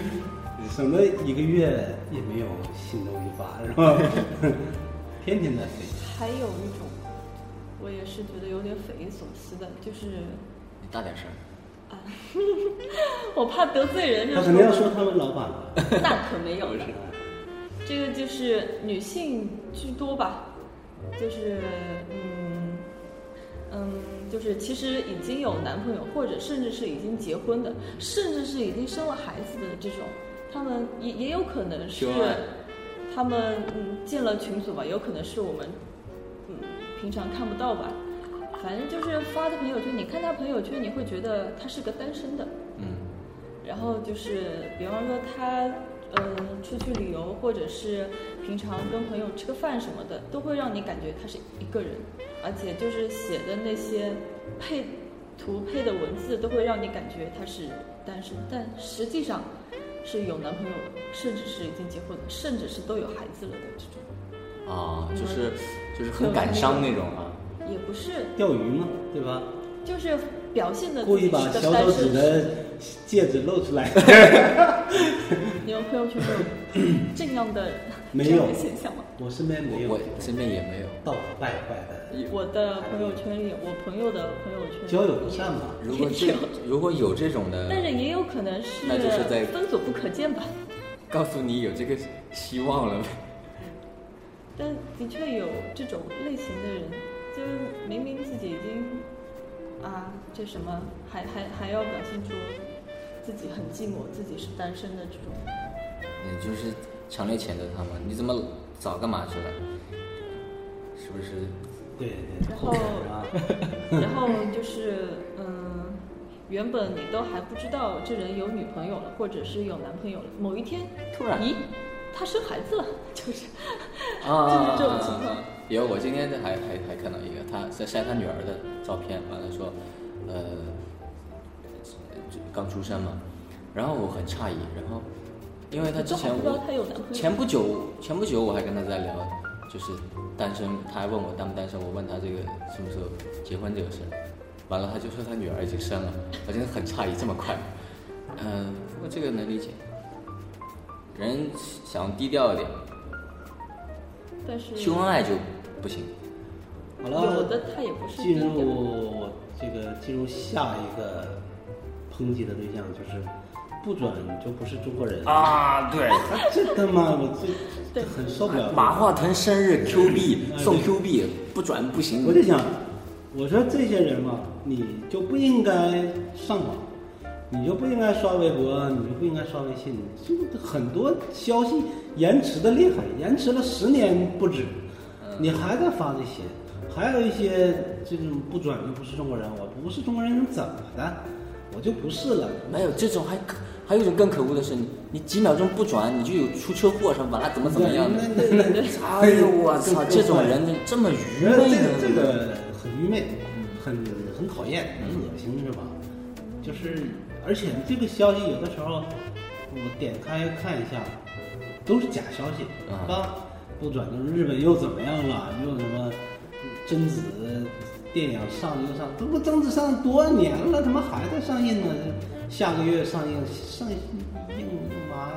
Speaker 3: 省得一个月也没有新东西发，是吧？ 天天在飞，
Speaker 2: 还有一种，我也是觉得有点匪夷所思的，就是
Speaker 1: 你大点声。
Speaker 2: 啊，我怕得罪人，就
Speaker 3: 他肯定要说他们老板啊了。
Speaker 2: 那可没有
Speaker 1: 嗯
Speaker 2: 了。这个就是女性居多吧，就是嗯嗯，就是其实已经有男朋友，或者甚至是已经结婚的，甚至是已经生了孩子的这种，他们也也有可能是
Speaker 1: 秀恩爱
Speaker 2: 他们嗯进了群组吧，有可能是我们嗯平常看不到吧。反正就是发的朋友圈，你看他朋友圈，你会觉得他是个单身的，
Speaker 1: 嗯，
Speaker 2: 然后就是，比方说他，嗯、出去旅游，或者是平常跟朋友吃个饭什么的，都会让你感觉他是一个人，而且就是写的那些配图配的文字，都会让你感觉他是单身，但实际上是有男朋友的，甚至是已经结婚了，甚至是都有孩子了的这种，
Speaker 1: 哦啊，就是就是很感伤那种啊。
Speaker 2: 也不是
Speaker 3: 钓鱼嘛，对吧？
Speaker 2: 就是表现的
Speaker 3: 故意把小手指的戒指露出来。
Speaker 2: 你们朋友圈有这样的
Speaker 3: 没
Speaker 2: 这样
Speaker 3: 有
Speaker 2: 的现象吗？
Speaker 3: 我身边没有
Speaker 1: 我，身边也没有。
Speaker 3: 到处败坏的，
Speaker 2: 我的朋友圈里，我朋友的朋友圈
Speaker 3: 交友不善嘛。
Speaker 1: 如果这如果有这种的，
Speaker 2: 但是也有可能是
Speaker 1: 那就是在
Speaker 2: 分所不可见吧。
Speaker 1: 告诉你有这个希望了，
Speaker 2: 但的确有这种类型的人，就是明明自己已经啊这什么，还还还要表现出自己很寂寞，自己是单身的这种。
Speaker 1: 你就是强烈谴责他们，你怎么早干嘛去了？是不是？
Speaker 3: 对对，
Speaker 2: 然后
Speaker 3: 后啊，
Speaker 2: 然后就是嗯，原本你都还不知道这人有女朋友了，或者是有男朋友了，某一天
Speaker 1: 突然
Speaker 2: 咦，他生孩子了， 就是
Speaker 1: 啊啊，
Speaker 2: 就是这种情况
Speaker 1: 也有，我今天还还还看到一个，他在晒他女儿的照片，完了说，呃，这刚出生嘛，然后我很诧异，然后因为他之前
Speaker 2: 都还不知道他有男
Speaker 1: 我
Speaker 2: 朋友
Speaker 1: 前不久前不久我还跟他在聊，就是单身，他还问我单不单身，我问他这个什么时候结婚这个事，完了他就说他女儿已经生了，我真的很诧异，这么快，嗯、不过这个能理解，人想低调一点。
Speaker 2: 但是
Speaker 1: 秀恩爱就不行。
Speaker 3: 好了，
Speaker 2: 有的他也不是低
Speaker 3: 进
Speaker 2: 调。
Speaker 3: 入这个进入下一个抨击的对象就是不准就不是中国人啊！
Speaker 1: 啊，对，
Speaker 3: 这他妈我这这很受不了。
Speaker 1: 马化腾生日 Q 币
Speaker 3: 嗯
Speaker 1: 送
Speaker 3: 对
Speaker 1: Q 币，不转不行。
Speaker 3: 我就想，我说这些人嘛，你就不应该上网，你就不应该刷微博，你就不应该刷微信，就很多消息延迟的厉害，延迟了十年不止，
Speaker 1: 嗯
Speaker 3: 你还在发这些，还有一些这种不转就不是中国人，我不是中国人怎么的？我就不是了，
Speaker 1: 没有这种还可还有一种更可恶的是，你你几秒钟不转，你就有出车祸什么，把他怎么怎么样的。
Speaker 3: 那那 那
Speaker 1: 哎呦我操，这种人这么愚
Speaker 3: 觉得
Speaker 1: 昧
Speaker 3: 这
Speaker 1: 呢
Speaker 3: 个？这个很愚昧，很很讨厌，很恶心，是吧？就是，而且这个消息有的时候我点开看一下，都是假消息，
Speaker 1: 啊
Speaker 3: 吧？不转就是日本又怎么样了，又什么贞子电影上又上，这不贞子上多年了，他妈还在上映呢，下个月上映，上映哎妈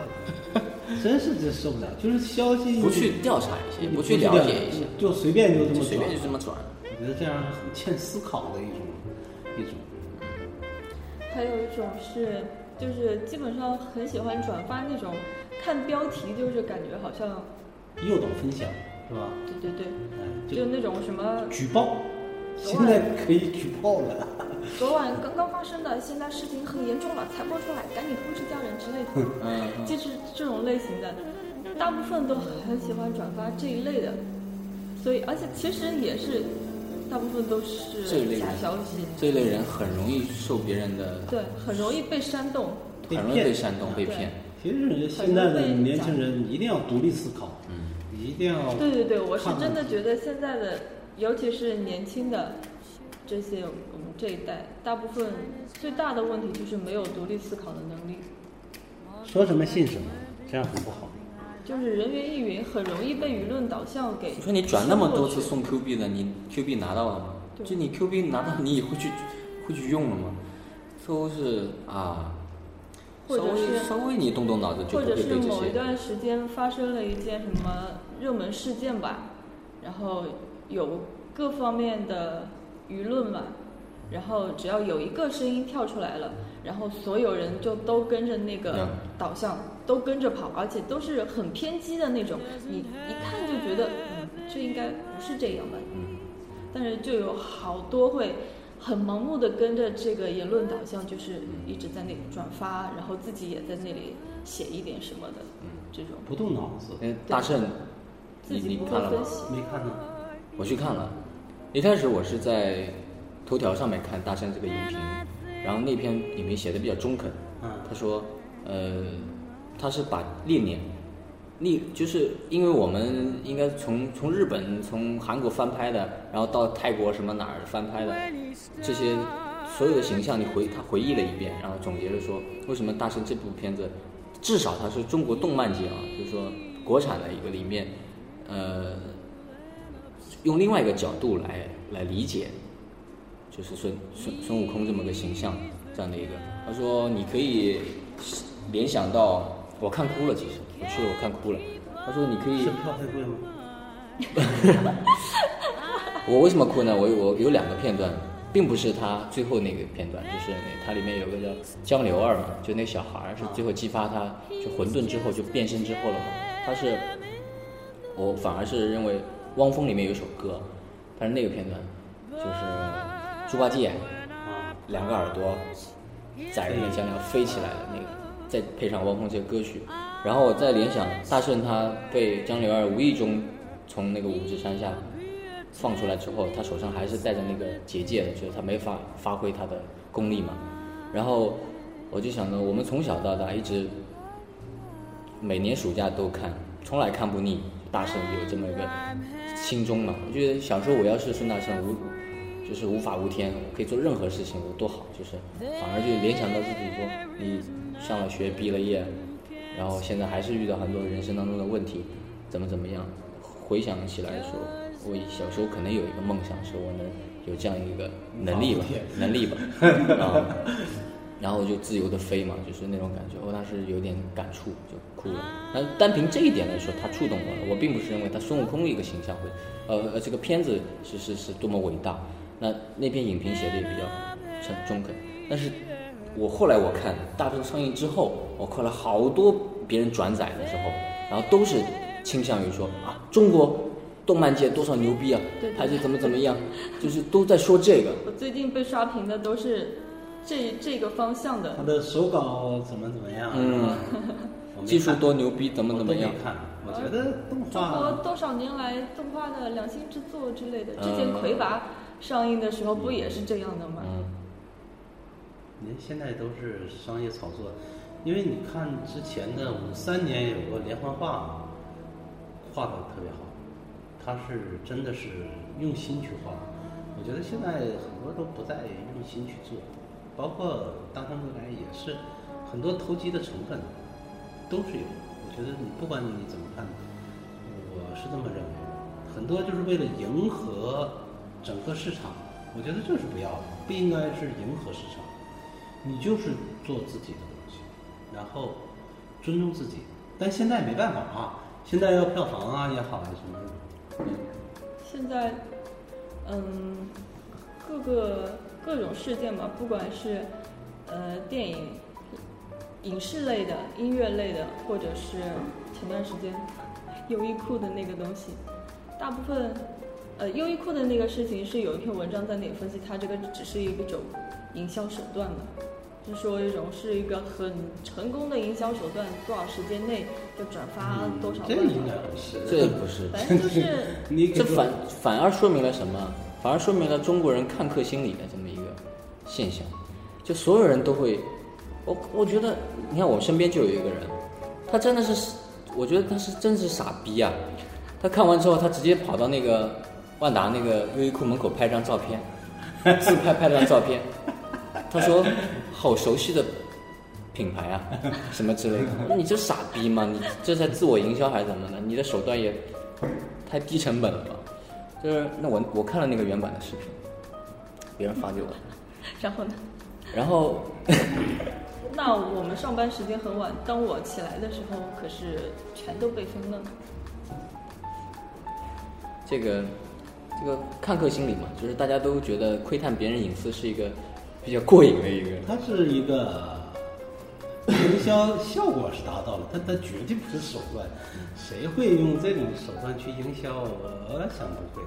Speaker 3: 的， 真是真受不了，就是消息
Speaker 1: 不去调查一些，不去了解一些，，
Speaker 3: 就随便就这
Speaker 1: 就
Speaker 3: 么
Speaker 1: 随便
Speaker 3: 转
Speaker 1: 就这么转。
Speaker 3: 我觉得这样很欠思考的一种一种。
Speaker 2: 还有一种是，就是基本上很喜欢转发那种，看标题就是感觉好像，
Speaker 3: 诱导分享是吧？
Speaker 2: 对对对，
Speaker 3: 哎，
Speaker 2: 就
Speaker 3: 就
Speaker 2: 那种什么，
Speaker 3: 举报，现在可以举报了。
Speaker 2: 昨晚刚刚发生的，现在事情很严重了，才播出来，赶紧通知家人之类的，
Speaker 1: 嗯，嗯
Speaker 2: 就是这种类型的，大部分都很喜欢转发这一类的，所以而且其实也是，大部分都是
Speaker 1: 这一类人
Speaker 2: 假消息，
Speaker 1: 这类人很容易受别人的，
Speaker 2: 对，很容易被煽动，
Speaker 1: 很容易被煽动、被骗。
Speaker 3: 其实我觉得现在的年轻人一定要独立思考，
Speaker 1: 嗯
Speaker 3: 一定要
Speaker 2: 对对对，我是
Speaker 3: 看
Speaker 2: 真的觉得现在的，尤其是年轻的这些我们这一代，大部分最大的问题就是没有独立思考的能力，
Speaker 3: 说什么信什么，这样很不好。
Speaker 2: 就是人云亦云，很容易被舆论导向给。
Speaker 1: 你说你转那么多次，送 Q 币的，你 Q 币拿到了吗？
Speaker 2: 对
Speaker 1: 就你 Q 币拿到，你以后去会去用了吗？都是啊，稍
Speaker 2: 或者
Speaker 1: 微
Speaker 2: 是
Speaker 1: 稍微你动动脑子就
Speaker 2: 或
Speaker 1: 不
Speaker 2: 者
Speaker 1: 会
Speaker 2: 是
Speaker 1: 被这
Speaker 2: 某一
Speaker 1: 些。
Speaker 2: 段时间发生了一件什么热门事件吧，然后有各方面的舆论吧，然后只要有一个声音跳出来了，然后所有人就都跟着那个
Speaker 1: 嗯
Speaker 2: 导向，都跟着跑，而且都是很偏激的那种，你一看就觉得，嗯，这应该不是这样吧，
Speaker 1: 嗯，
Speaker 2: 但是就有好多会很盲目的跟着这个言论导向，就是一直在那里转发，然后自己也在那里写一点什么的，
Speaker 3: 嗯
Speaker 2: 这种
Speaker 3: 不动脑子，
Speaker 1: 那呃大圣，
Speaker 2: 自
Speaker 1: 你
Speaker 2: 己
Speaker 1: 你
Speaker 2: 不
Speaker 1: 看
Speaker 2: 会
Speaker 1: 了
Speaker 2: 分
Speaker 1: 吗？
Speaker 2: 析。
Speaker 3: 没看呢。
Speaker 1: 我去看了，一开始我是在头条上面看大圣这个影评，然后那篇影评写的比较中肯，
Speaker 3: 嗯
Speaker 1: 他说，呃，他是把列宁，历就是因为我们应该从从日本、从韩国翻拍的，然后到泰国什么哪儿翻拍的，这些所有的形象，你回他回忆了一遍，然后总结着说，为什么大圣这部片子，至少它是中国动漫界啊，就是说国产的一个里面，呃，用另外一个角度来来理解就是孙孙孙悟空这么个形象，这样的一个。他说你可以联想到，我看哭了，其实我去了我看哭了。他说你可以
Speaker 3: 是，票太贵吗？
Speaker 1: 我为什么哭呢？我我有两个片段，并不是他最后那个片段，就是那它里面有个叫江流儿嘛，就那小孩儿是最后激发他就混沌之后就变身之后了嘛，他是我反而是认为汪峰里面有一首歌，但是那个片段就是猪八戒
Speaker 3: 啊，
Speaker 1: 两个耳朵在人的江流飞起来的那个，再配上汪峰这个歌曲，然后我再联想大圣他被江流儿无意中从那个五指山下放出来之后，他手上还是带着那个结界的，就是他没法发挥他的功力嘛。然后我就想着，我们从小到大一直每年暑假都看，从来看不腻。大圣有这么一个心中嘛，我觉得小时候我要是孙大圣无，就是无法无天，我可以做任何事情，我多好，就是反而就联想到自己说，你上了学毕了业，然后现在还是遇到很多人生当中的问题，怎么怎么样，回想起来说，我小时候可能有一个梦想，是我能有这样一个能力吧，能力吧，啊、然后就自由的飞嘛，就是那种感觉。我当时有点感触，就哭了。但单凭这一点来说，他触动我了。我并不是认为他孙悟空的一个形象会，呃，呃这个片子是是是多么伟大。那那篇影评写的也比较诚中肯，但是我后来我看大众上映之后，我看了好多别人转载的时候，然后都是倾向于说啊，中国动漫界多少牛逼啊
Speaker 2: 对，对
Speaker 1: 拍的怎么怎么样，就是都在说这 个。
Speaker 2: 我最近被刷屏的都是这这个方向的
Speaker 3: 他，的手稿怎么怎么样？
Speaker 1: 嗯，
Speaker 3: 我没
Speaker 1: 技术
Speaker 3: 看
Speaker 1: 多牛逼，怎么
Speaker 3: 我
Speaker 1: 怎
Speaker 3: 都
Speaker 1: 么
Speaker 3: 没
Speaker 1: 样？
Speaker 3: 看，我觉得动
Speaker 2: 中国
Speaker 3: 画
Speaker 2: 多少年来动画的良心制作之类的，之前
Speaker 1: 嗯
Speaker 2: 《魁拔》上映的时候不也是这样的吗？
Speaker 1: 嗯，
Speaker 3: 您现在都是商业炒作，因为你看之前的五三年有个连环画，画的特别好，他是真的是用心去画。我觉得现在很多都不再用心去做，包括大圣归来也是很多投机的成分都是有。我觉得你不管你怎么看，我是这么认为，很多就是为了迎合整个市场，我觉得这是不要的，不应该是迎合市场，你就是做自己的东西，然后尊重自己。但现在没办法啊，现在要票房啊也好啊什么的，
Speaker 2: 现在，嗯，各个各种事件嘛，不管是呃电影、影视类的、音乐类的，或者是前段时间优衣库的那个东西，大部分呃优衣库的那个事情是有一篇文章在那里分析，它这个只是一个种营销手段嘛。是说一种是一个很成功的营销手段，多少时间内就转发多少
Speaker 3: 这
Speaker 2: 万、
Speaker 3: 应该不是。
Speaker 1: 这不是，
Speaker 2: 反正就是
Speaker 3: 你
Speaker 1: 嗯这反反而说明了什么？反而说明了中国人看客心理的这么一个现象，就所有人都会，我我觉得，你看我身边就有一个人，他真的是，我觉得他是真是傻逼啊！他看完之后，他直接跑到那个万达那个优衣库门口拍张照片，自拍拍张照片，他说好熟悉的品牌啊，什么之类的，你这傻逼吗？你这在自我营销还是怎么的？你的手段也太低成本了吧？就是那我我看了那个原版的视频，别人发给我的，
Speaker 2: 然后呢？
Speaker 1: 然后
Speaker 2: 那我们上班时间很晚，当我起来的时候，可是全都被封了。
Speaker 1: 这个这个看客心理嘛，就是大家都觉得窥探别人隐私是一个比较过瘾的一个，
Speaker 3: 它是一个营销效果是达到了，但它绝对不是手段。谁会用这种手段去营销？我想不会，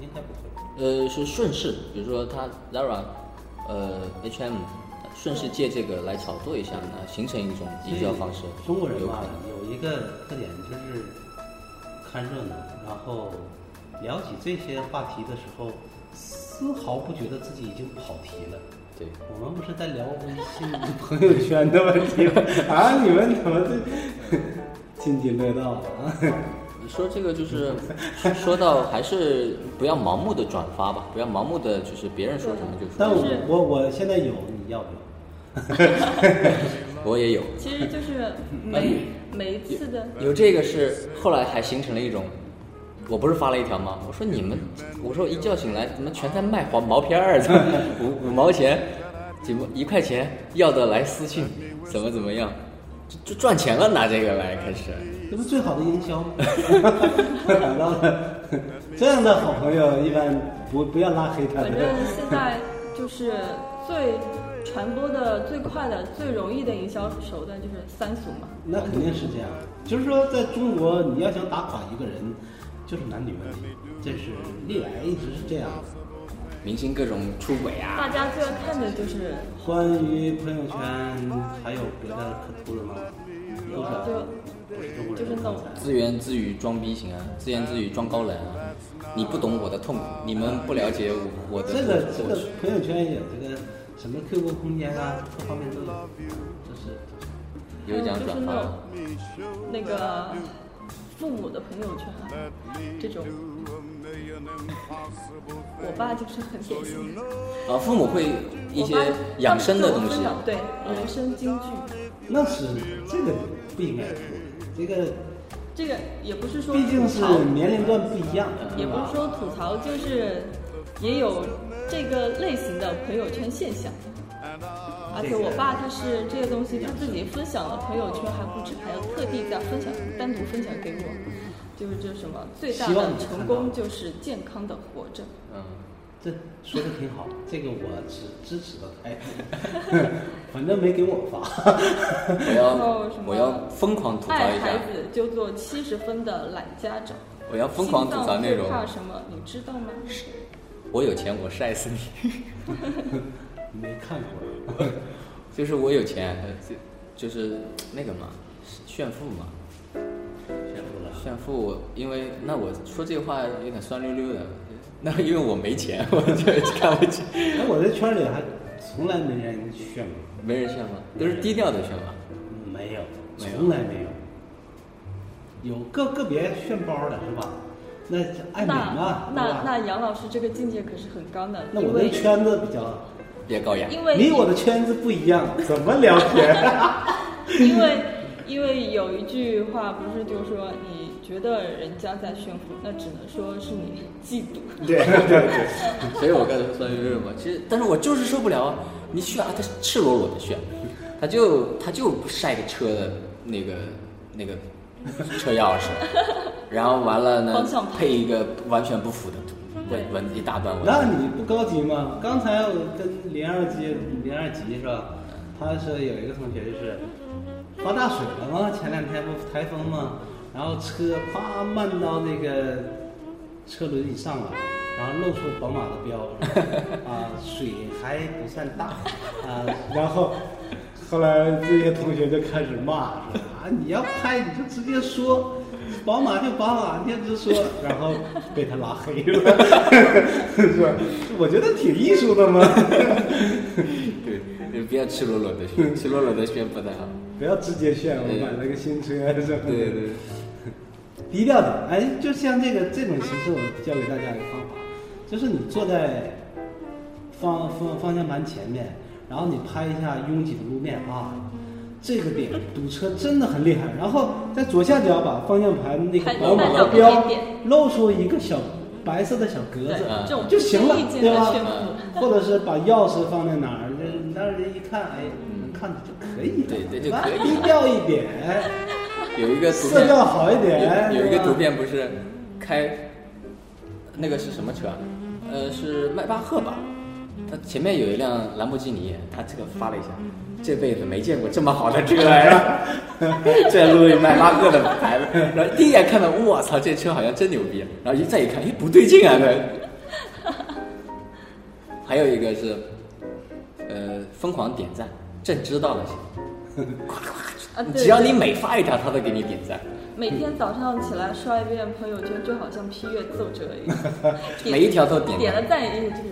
Speaker 3: 应该不会。
Speaker 1: 呃，是顺势，比如说他 Zara，呃，H&M，顺势借这个来炒作一下呢，形成一种营销方式。
Speaker 3: 中国人
Speaker 1: 有
Speaker 3: 嘛
Speaker 1: 可能，
Speaker 3: 有一个特点就是看热闹，然后聊起这些话题的时候，丝毫不觉得自己已经跑题了。
Speaker 1: 对，
Speaker 3: 我们不是在聊微信朋友圈的问题 吗？啊，你们怎么这津津乐道啊？
Speaker 1: 你说这个就是 说到还是不要盲目的转发吧，不要盲目的就是别人说什么就说
Speaker 3: 但
Speaker 1: 什
Speaker 3: 我
Speaker 1: 么。
Speaker 3: 我我现在有，你要不要？
Speaker 1: 我也有，
Speaker 2: 其
Speaker 1: 嗯
Speaker 2: 实就是每每一次的，
Speaker 1: 有这个是后来还形成了一种我不是发了一条吗？我说你们，我说我一觉醒来怎么全在卖黄毛片儿，怎么 五五毛钱，几毛一块钱，要的来私信，怎么怎么样，就就赚钱了，拿这个来开始。
Speaker 3: 这不是最好的营销 吗？ 想到了，这样的好朋友一般不不要拉黑他
Speaker 2: 反
Speaker 3: 们
Speaker 2: 正。现在就是最传播的最快的、最容易的营销手段就是三俗嘛。
Speaker 3: 那肯定是这样，就是说，在中国你要想打垮一个人，就是男女问题，这是历来一直是这样的。
Speaker 1: 明星各种出轨啊，
Speaker 2: 大家最爱看的就是
Speaker 3: 关于朋友圈还有别的可吐的吗？都是不是中国人
Speaker 2: 就是那种
Speaker 1: 自言自语装逼型啊，自言自语装高冷啊，你不懂我的痛苦，你们不了解我我的
Speaker 3: 这个这
Speaker 1: 我
Speaker 3: 个朋友圈有这个什么 QQ 空间啊，各方面都有，这是
Speaker 1: 有奖转发。
Speaker 2: 那个父母的朋友圈啊，这种。我爸就是很典型的，
Speaker 1: 啊，父母会一些
Speaker 2: 我爸
Speaker 1: 养生的东
Speaker 2: 他们
Speaker 1: 西啊
Speaker 2: 给我分，享对人生金句，
Speaker 3: 那是这个不应该吐，这个
Speaker 2: 这个也不是说
Speaker 3: 毕竟是
Speaker 2: 吐槽
Speaker 3: 年龄段不一样，
Speaker 2: 也不是说吐槽，就是也有这个类型的朋友圈现象。而且我爸他是这个东西，他自己分享了朋友圈，还不止，还要特地再分享，单独分享给我。就是这什么最大
Speaker 3: 希望
Speaker 2: 的
Speaker 3: 你看到
Speaker 2: 成功就是健康的活着。
Speaker 1: 嗯，
Speaker 3: 这说的挺好，这个我只支持的态度， 反正没给我发。
Speaker 1: 我
Speaker 2: 然后什
Speaker 1: 要
Speaker 2: 么
Speaker 1: 我要疯狂吐槽
Speaker 2: 爱
Speaker 1: 一下
Speaker 2: 孩，子就做七十分的懒家长。
Speaker 1: 我要疯狂吐槽内
Speaker 2: 心脏
Speaker 1: 容
Speaker 2: 最。怕什么？你知道吗？
Speaker 1: 我有钱，我晒死你。
Speaker 3: 没看过，
Speaker 1: 就是我有钱，呃就就是那个嘛，炫富嘛，
Speaker 3: 全 部了。
Speaker 1: 炫富我。因为那我说这话有点酸溜溜的，那因为我没钱， 我就看不起。
Speaker 3: 哎，我在圈里还从来没人炫过，
Speaker 1: 没人炫吗？都是低调的炫吗？
Speaker 3: 没有，
Speaker 1: 没有
Speaker 3: 从来没有。有个个别炫包的是吧？那爱美嘛
Speaker 2: 那，那
Speaker 3: 对
Speaker 2: 那
Speaker 3: 吧？
Speaker 2: 杨老师这个境界可是很高的，
Speaker 3: 那
Speaker 2: 因
Speaker 3: 我的
Speaker 2: 为
Speaker 3: 圈子比较，
Speaker 1: 别高雅。
Speaker 2: 因为
Speaker 3: 你我的圈子不一样，怎么聊天？
Speaker 2: 因为因为有一句话不是就说你觉得人家在炫富，那只能说是你嫉妒。
Speaker 3: 对对对，
Speaker 1: 所以我刚才说酸溜溜嘛，其实，但是我就是受不了啊！你炫啊，他是赤裸裸的炫，他就他就晒个车的那个那个车钥 匙，然后完了呢
Speaker 2: 方向盘，
Speaker 1: 配一个完全不符的图，
Speaker 2: 对
Speaker 1: 文文一大段文
Speaker 3: 那
Speaker 1: 字，
Speaker 3: 你不高级吗？刚才我跟零二级零二级是吧？他是有一个同学就是发大水了吗？前两天不台风吗？然后车啪漫到那个车轮以上了，然后露出宝马的标，是吧啊，水还不算大啊，然后后来这些同学就开始骂说啊，你要拍你就直接说。宝马就宝马，你也直说，然后被他拉黑了， 是吧？我觉得挺艺术的嘛，
Speaker 1: 对，就不要赤裸裸的炫，赤裸裸的炫不太好。
Speaker 3: 不要直接炫，我买了个新车啊是吧？
Speaker 1: 对对对，
Speaker 3: 低调点。哎，就像这个这种形式，我教给大家一个方法，就是你坐在方方方向盘前面，然后你拍一下拥挤的路面啊，这个点堵车真的很厉害。然后在左下角把方向盘那个
Speaker 2: 还
Speaker 3: 宝马
Speaker 1: 慢
Speaker 3: 的
Speaker 1: 走一
Speaker 3: 标
Speaker 2: 点
Speaker 3: 露出一个小白色的小格
Speaker 2: 对
Speaker 3: 子，，
Speaker 1: 嗯
Speaker 2: 这种
Speaker 3: 就行了
Speaker 2: 不经意，间
Speaker 3: 对
Speaker 2: 的
Speaker 3: 吧嗯
Speaker 2: 炫富，？
Speaker 3: 或者是把钥匙放在哪儿，那让人一看，哎，能看着就可以了，
Speaker 1: 对对就
Speaker 3: 吧
Speaker 1: 可以了
Speaker 3: 低调一 点，
Speaker 1: 有一个图
Speaker 3: 色调
Speaker 1: 片，
Speaker 3: 好一点，
Speaker 1: 有有一
Speaker 3: 是
Speaker 1: 个
Speaker 3: 吧
Speaker 1: 图，片不是开那个是什么车啊？呃，是迈巴赫吧？他前面有一辆兰博基尼，他这个发了一下，这辈子没见过这么好的车呀、 这路易迈巴赫的牌子，然后第一眼看到，我操，这车好像真牛逼，然后一再一看，哎，不对劲啊，这。 还有一个是，呃，疯狂点赞，朕知道了行，
Speaker 2: 啊，对，
Speaker 1: 只要你每发一条，他都给你点赞。，
Speaker 2: 每天早上起来刷一遍朋友圈，就好像批阅奏折一样
Speaker 1: 每一条都点
Speaker 2: 点了赞以后就是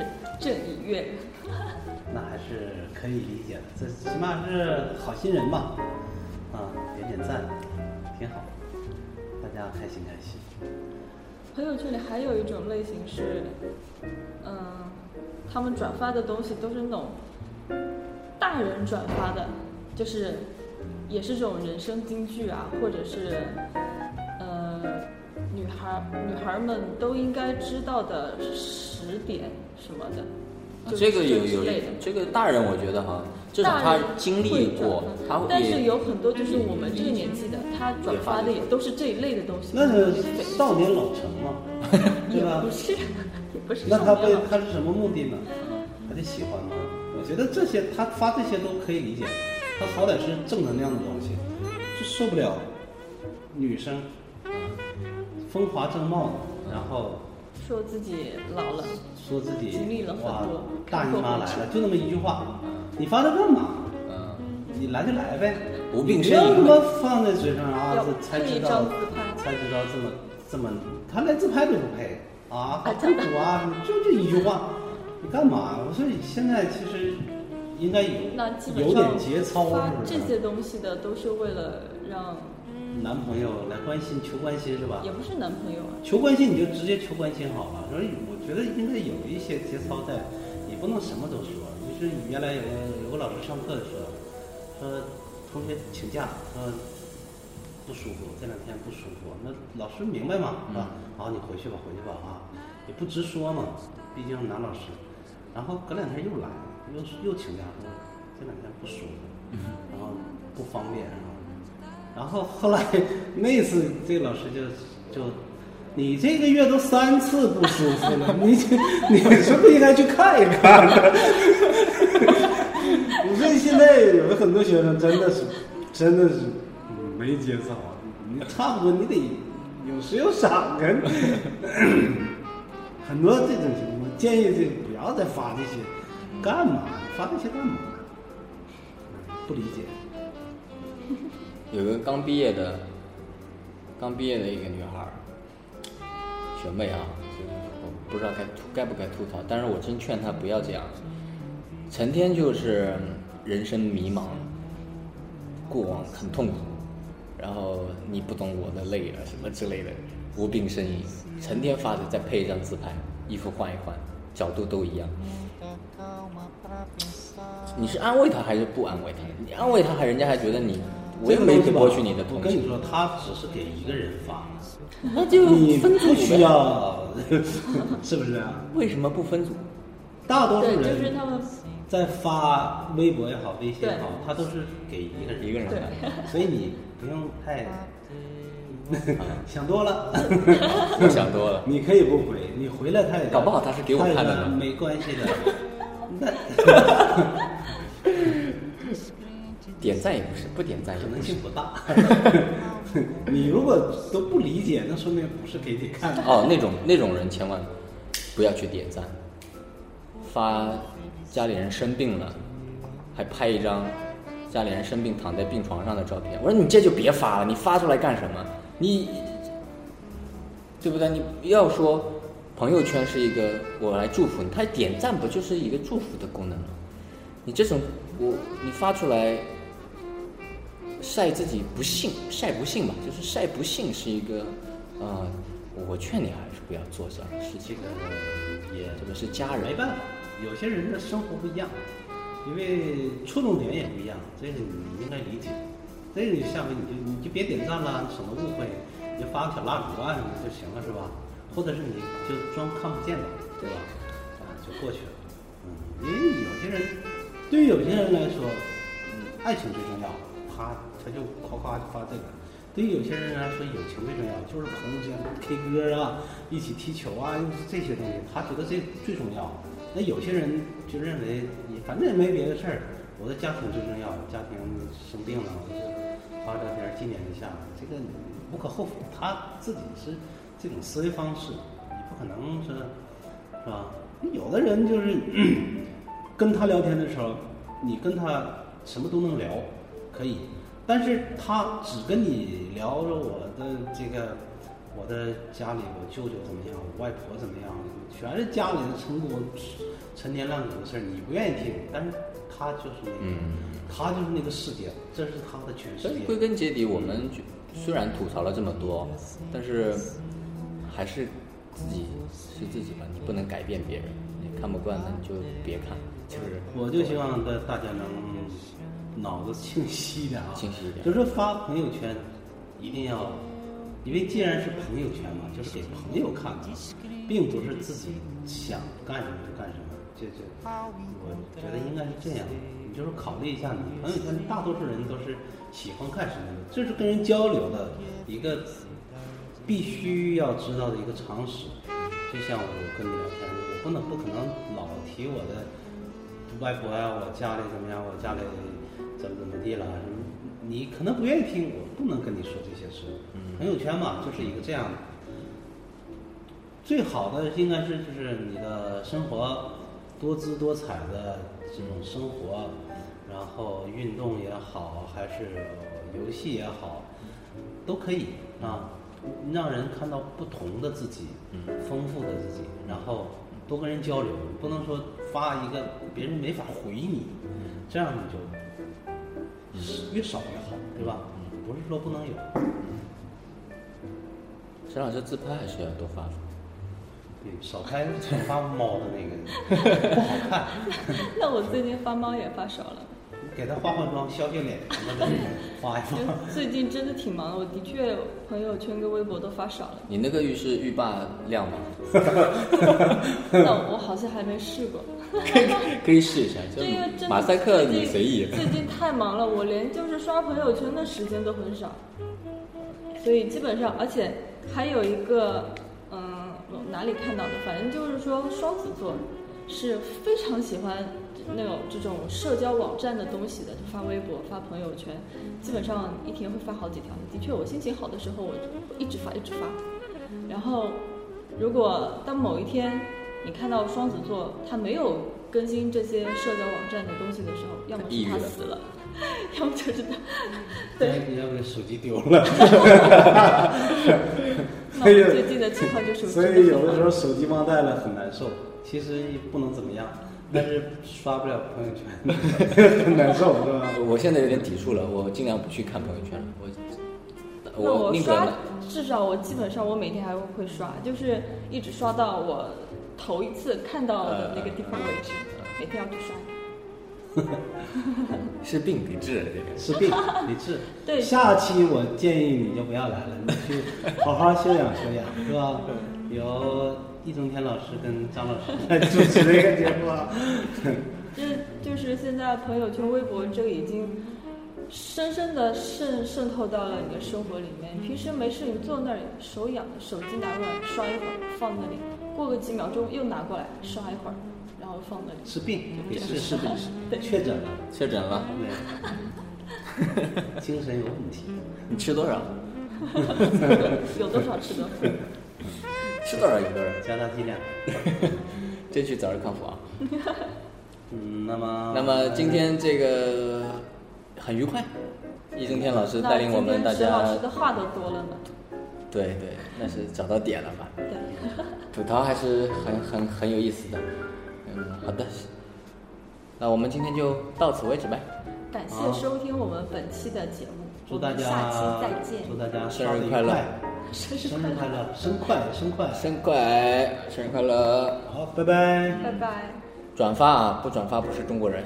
Speaker 2: 朕已阅。
Speaker 3: 那还是可以理解的，这起码是好心人吧，啊，点点赞，挺好，大家开心开心。
Speaker 2: 朋友圈里还有一种类型是，嗯、他们转发的东西都是那种大人转发的，就是也是这种人生金句啊，或者是呃女孩孩女孩们都应该知道的十点什么的，就是
Speaker 1: 这个有
Speaker 2: 之
Speaker 1: 有
Speaker 2: 类的。
Speaker 1: 这个大人，我觉得哈，至少
Speaker 2: 大
Speaker 1: 他
Speaker 2: 人
Speaker 1: 经
Speaker 2: 会
Speaker 1: 历
Speaker 2: 转
Speaker 1: 过
Speaker 2: 发，
Speaker 1: 他
Speaker 2: 但
Speaker 1: 也
Speaker 2: 是有很多就是我们这个年纪的，他转
Speaker 1: 也发
Speaker 2: 发的
Speaker 1: 现
Speaker 2: 也都是这一类的东西，
Speaker 3: 那是
Speaker 2: 对
Speaker 3: 少年老成嘛，对
Speaker 2: 也
Speaker 3: 吧
Speaker 2: 不？是， 也不是
Speaker 3: 那他
Speaker 2: 少年
Speaker 3: 被
Speaker 2: 了。
Speaker 3: 他是什么目的呢？他就喜欢吗？我觉得这些他发这些都可以理解，他好歹是正能量的东西，就受不了女生啊风华正茂的，然后
Speaker 2: 说自己老了，
Speaker 3: 说自己
Speaker 2: 经历了很多
Speaker 3: 哇大姨妈来了，就那么一句话，你发这干嘛？
Speaker 1: 嗯，
Speaker 3: 你来就来呗，
Speaker 1: 无病
Speaker 3: 不
Speaker 1: 呻
Speaker 3: 要他
Speaker 1: 吟
Speaker 3: 妈
Speaker 1: 嘛。
Speaker 3: 放在嘴上啊
Speaker 2: 要，
Speaker 3: 这才
Speaker 2: 配
Speaker 3: 知
Speaker 2: 一
Speaker 3: 道
Speaker 2: 张自拍
Speaker 3: 才知道这么这么，他连自拍都不配啊，
Speaker 2: 啊
Speaker 3: 好痛
Speaker 2: 真的
Speaker 3: 苦啊！你就这一句话，你干嘛？我说你现在其实应该有
Speaker 2: 那基本
Speaker 3: 有
Speaker 2: 上
Speaker 3: 点节操，
Speaker 2: 发
Speaker 3: 是啊
Speaker 2: 这
Speaker 3: 不
Speaker 2: 些
Speaker 3: 是？
Speaker 2: 东西的都是为了让，
Speaker 3: 男朋友来关心求关心是吧
Speaker 2: 也？不是男朋友啊，
Speaker 3: 求关心你就直接求关心好了。所以我觉得应该有一些节操在，你不能什么都说。就是原来有个有个老师上课说，说同学请假，说不舒服，这两天不舒服。那老师明白嘛，是吧？好，你回去吧，回去吧啊，也不直说嘛，毕竟男老师。然后隔两天又来，又又请假说这两天不舒服，然后不方便，然后然后后来那次，这老师就就，你这个月都三次不舒服了，你这你是不是应该去看一看呢？ 你说现在有很多学生真的是，真的是嗯没节操，你差不多你得有时有赏跟。很多这种情况，我建议这不要再发这些，干嘛发这些干嘛？不理解。
Speaker 1: 有个刚毕业的，刚毕业的一个女孩儿，学妹啊，我不知道该吐该不该吐槽，但是我真劝她不要这样，成天就是人生迷茫，过往很痛苦，然后你不懂我的累啊什么之类的，无病呻吟，成天发着，再配一张自拍，衣服换一换，角度都一样。你是安慰她还是不安慰她？你安慰她，还人家还觉得你，我又没博取你的
Speaker 3: 我
Speaker 1: 同
Speaker 3: 跟
Speaker 1: 情
Speaker 3: 你，说，他只是给一个人发，
Speaker 1: 那就
Speaker 3: 你
Speaker 1: 分组
Speaker 3: 不需
Speaker 1: 呗。
Speaker 3: 要， 是不是啊？
Speaker 1: 为什么不分组？
Speaker 3: 大多
Speaker 2: 对，
Speaker 3: 数
Speaker 2: 就是他
Speaker 3: 人
Speaker 2: 们
Speaker 3: 在发微博也好，微信也好
Speaker 2: 对，
Speaker 3: 他都是给一个人
Speaker 1: 一个人啊
Speaker 2: 对
Speaker 1: 看，
Speaker 3: 发， 所以你不用太
Speaker 1: 啊
Speaker 3: 想多了。
Speaker 1: 我想多了。
Speaker 3: 你可以不回，你回来他也
Speaker 1: 搞不好他是给我看的呢
Speaker 3: 他也没关 系的。那
Speaker 1: 点赞也不是，不点赞也
Speaker 3: 可
Speaker 1: 不
Speaker 3: 能
Speaker 1: 是
Speaker 3: 性。不 大。你如果都不理解，那说明不是给你看的。
Speaker 1: 哦，那种那种人千万不要去点赞，发家里人生病了，还拍一张家里人生病躺在病床上的照片。我说你这就别发了，你发出来干什么？你对不对？你要说朋友圈是一个我来祝福你，它点赞不就是一个祝福的功能吗？你这种我你发出来晒自己不幸，晒不幸吧，就是晒不幸是一个，呃，我劝你还是不要做这样的事
Speaker 3: 这
Speaker 1: 情，
Speaker 3: 个也
Speaker 1: 特别是家人
Speaker 3: 没。办法，有些人的生活不一样，因为触动点也不一样，这个你应该理解。这个下回你就你就别点赞了，省得误会，你就发个小蜡烛啊什么就行了，是吧？或者是你就装看不见的，对吧？啊，就过去了。嗯，因为有些人，对于有些人来说，嗯，爱情最重要，啪，他就夸夸就发这个。对于有些人来说，友情最重要，就是朋友之间 K 歌啊，一起踢球啊，这些东西，他觉得这最重要。那有些人就认为，你反正也没别的事儿，我的家庭最重要，家庭生病了，我就发照片纪念一下，这个无可厚非。他自己是这种思维方式，你不可能是，是吧？有的人就是、跟他聊天的时候，你跟他什么都能聊，可以，但是他只跟你聊着我的这个，我的家里我舅舅怎么样，我外婆怎么样，全是家里的成果，陈年烂谷的事儿，你不愿意听，但是他就是那个，
Speaker 1: 嗯，
Speaker 3: 他就是那个世界，这是他的全世
Speaker 1: 所以
Speaker 3: 界。
Speaker 1: 归根结底，我们就虽然吐槽了这么多，但是还是自己是自己嘛，你不能改变别人，你看不惯那你就别看，就是
Speaker 3: 我就希望大大家能脑子清晰一点啊，
Speaker 1: 清晰一点
Speaker 3: 就是发朋友圈一定要因为既然是朋友圈嘛，就是给朋友看的，并不是自己想干什么就干什么。这这，我觉得应该是这样。你就是考虑一下，你朋友圈大多数人都是喜欢干什么的，这是跟人交流的一个必须要知道的一个常识。就像我跟你聊天，我不能不可能老提我的外婆呀、我家里怎么样，我家里怎么怎么地了，什么你可能不愿意听，我不能跟你说这些事。朋友圈嘛，就是一个这样的。最好的应该是就是你的生活多姿多彩的这种生活，然后运动也好，还是游戏也好，都可以啊，让人看到不同的自己，丰富的自己，然后多跟人交流，不能说发一个别人没法回你，
Speaker 1: 嗯
Speaker 3: 这样你就越少越好，对吧？不是说不能有，
Speaker 1: 沈老师自拍还是要多发发。，
Speaker 3: 对，少拍少发猫的那个不好看，
Speaker 2: 那我最近发猫也发少了。
Speaker 3: 给他化化妆、消消脸什么的，画一
Speaker 2: 就
Speaker 3: 画。
Speaker 2: 最近真的挺忙的，我的确朋友圈跟微博都发少 了
Speaker 1: 你那个浴是浴霸量吗？
Speaker 2: 但我好像还没试过。
Speaker 1: 可以可以试一下，就
Speaker 2: 这个真的
Speaker 1: 马赛克
Speaker 2: 最
Speaker 1: 你
Speaker 2: 近
Speaker 1: 随意。
Speaker 2: 最近太忙了，我连就是刷朋友圈的时间都很少，所以基本上，而且还有一个，嗯，我哪里看到的，反正就是说双子座是非常喜欢那种这种社交网站的东西的，就发微博、发朋友圈，基本上一天会发好几条。的确，我心情好的时候，我一直发，一直发，然后如果当某一天你看到双子座他没有更新这些社交网站的东西的时候，要么是
Speaker 1: 抑郁
Speaker 2: 他
Speaker 1: 了
Speaker 2: 死了，要么就是 他，对，
Speaker 3: 对，要不手机丢了。
Speaker 2: 那我们最近的情况就是
Speaker 3: 所
Speaker 2: 真
Speaker 3: 以
Speaker 2: 的
Speaker 3: 有
Speaker 2: 很
Speaker 3: 的
Speaker 2: 忙
Speaker 3: 时候手机忘带了很难受，其实也不能怎么样， 但是刷不了朋友圈，很难受，是吧？
Speaker 1: 我我现在有点抵触了，我尽量不去看朋友圈了。我
Speaker 2: 那我
Speaker 1: 宁可
Speaker 2: 刷
Speaker 1: 懒，
Speaker 2: 至少我基本上我每天还会刷，就是一直刷到我头一次看到
Speaker 1: 呃
Speaker 2: 的那个地方为止，
Speaker 1: 嗯
Speaker 2: 每天要去刷。
Speaker 1: 是病给治了这个。
Speaker 3: 是病，你治。
Speaker 2: 对
Speaker 3: 下期我建议你就不要来了，你去好好休养休养，是 吧？由易中天老师跟张老师来主持这个节目 啊。
Speaker 2: 这就是现在朋友圈、微博这个已经深深的渗渗透到了你的生活里面。你平时没事，你坐那里手痒，手机拿过来刷一会儿，放那里，过个几秒钟又拿过来刷一会儿，然后放那里。
Speaker 3: 是病，也是
Speaker 2: 是
Speaker 3: 是
Speaker 2: 病
Speaker 3: 病，
Speaker 2: 对
Speaker 3: 是确诊了，
Speaker 1: 确诊了，
Speaker 3: 对精神有问题。
Speaker 1: 你吃多少？
Speaker 2: 有多少吃多 少。
Speaker 1: 吃多少有多少。
Speaker 3: 加大剂量。
Speaker 1: 争取早日康复啊！
Speaker 3: 嗯，那么
Speaker 1: 那么今天这个很愉快，易中天老师带领我们大
Speaker 2: 那今天沈老
Speaker 1: 家
Speaker 2: 师，的话都多了呢。
Speaker 1: 对对，那是找到点了吧？
Speaker 2: 对，
Speaker 1: 吐槽还是很很很有意思的。嗯，好的，那我们今天就到此为止呗。
Speaker 2: 感谢
Speaker 3: 好
Speaker 2: 收听我们本期的节目，
Speaker 3: 祝大家
Speaker 2: 我们下期再见。
Speaker 3: 祝大家
Speaker 1: 生
Speaker 3: 刷
Speaker 1: 日
Speaker 3: 得愉
Speaker 1: 快乐
Speaker 2: 生日
Speaker 3: 生日快乐，生快生快，
Speaker 1: 生日快生日快乐！
Speaker 3: 好，拜拜。
Speaker 2: 拜拜。
Speaker 1: 转发啊，不转发不是中国人。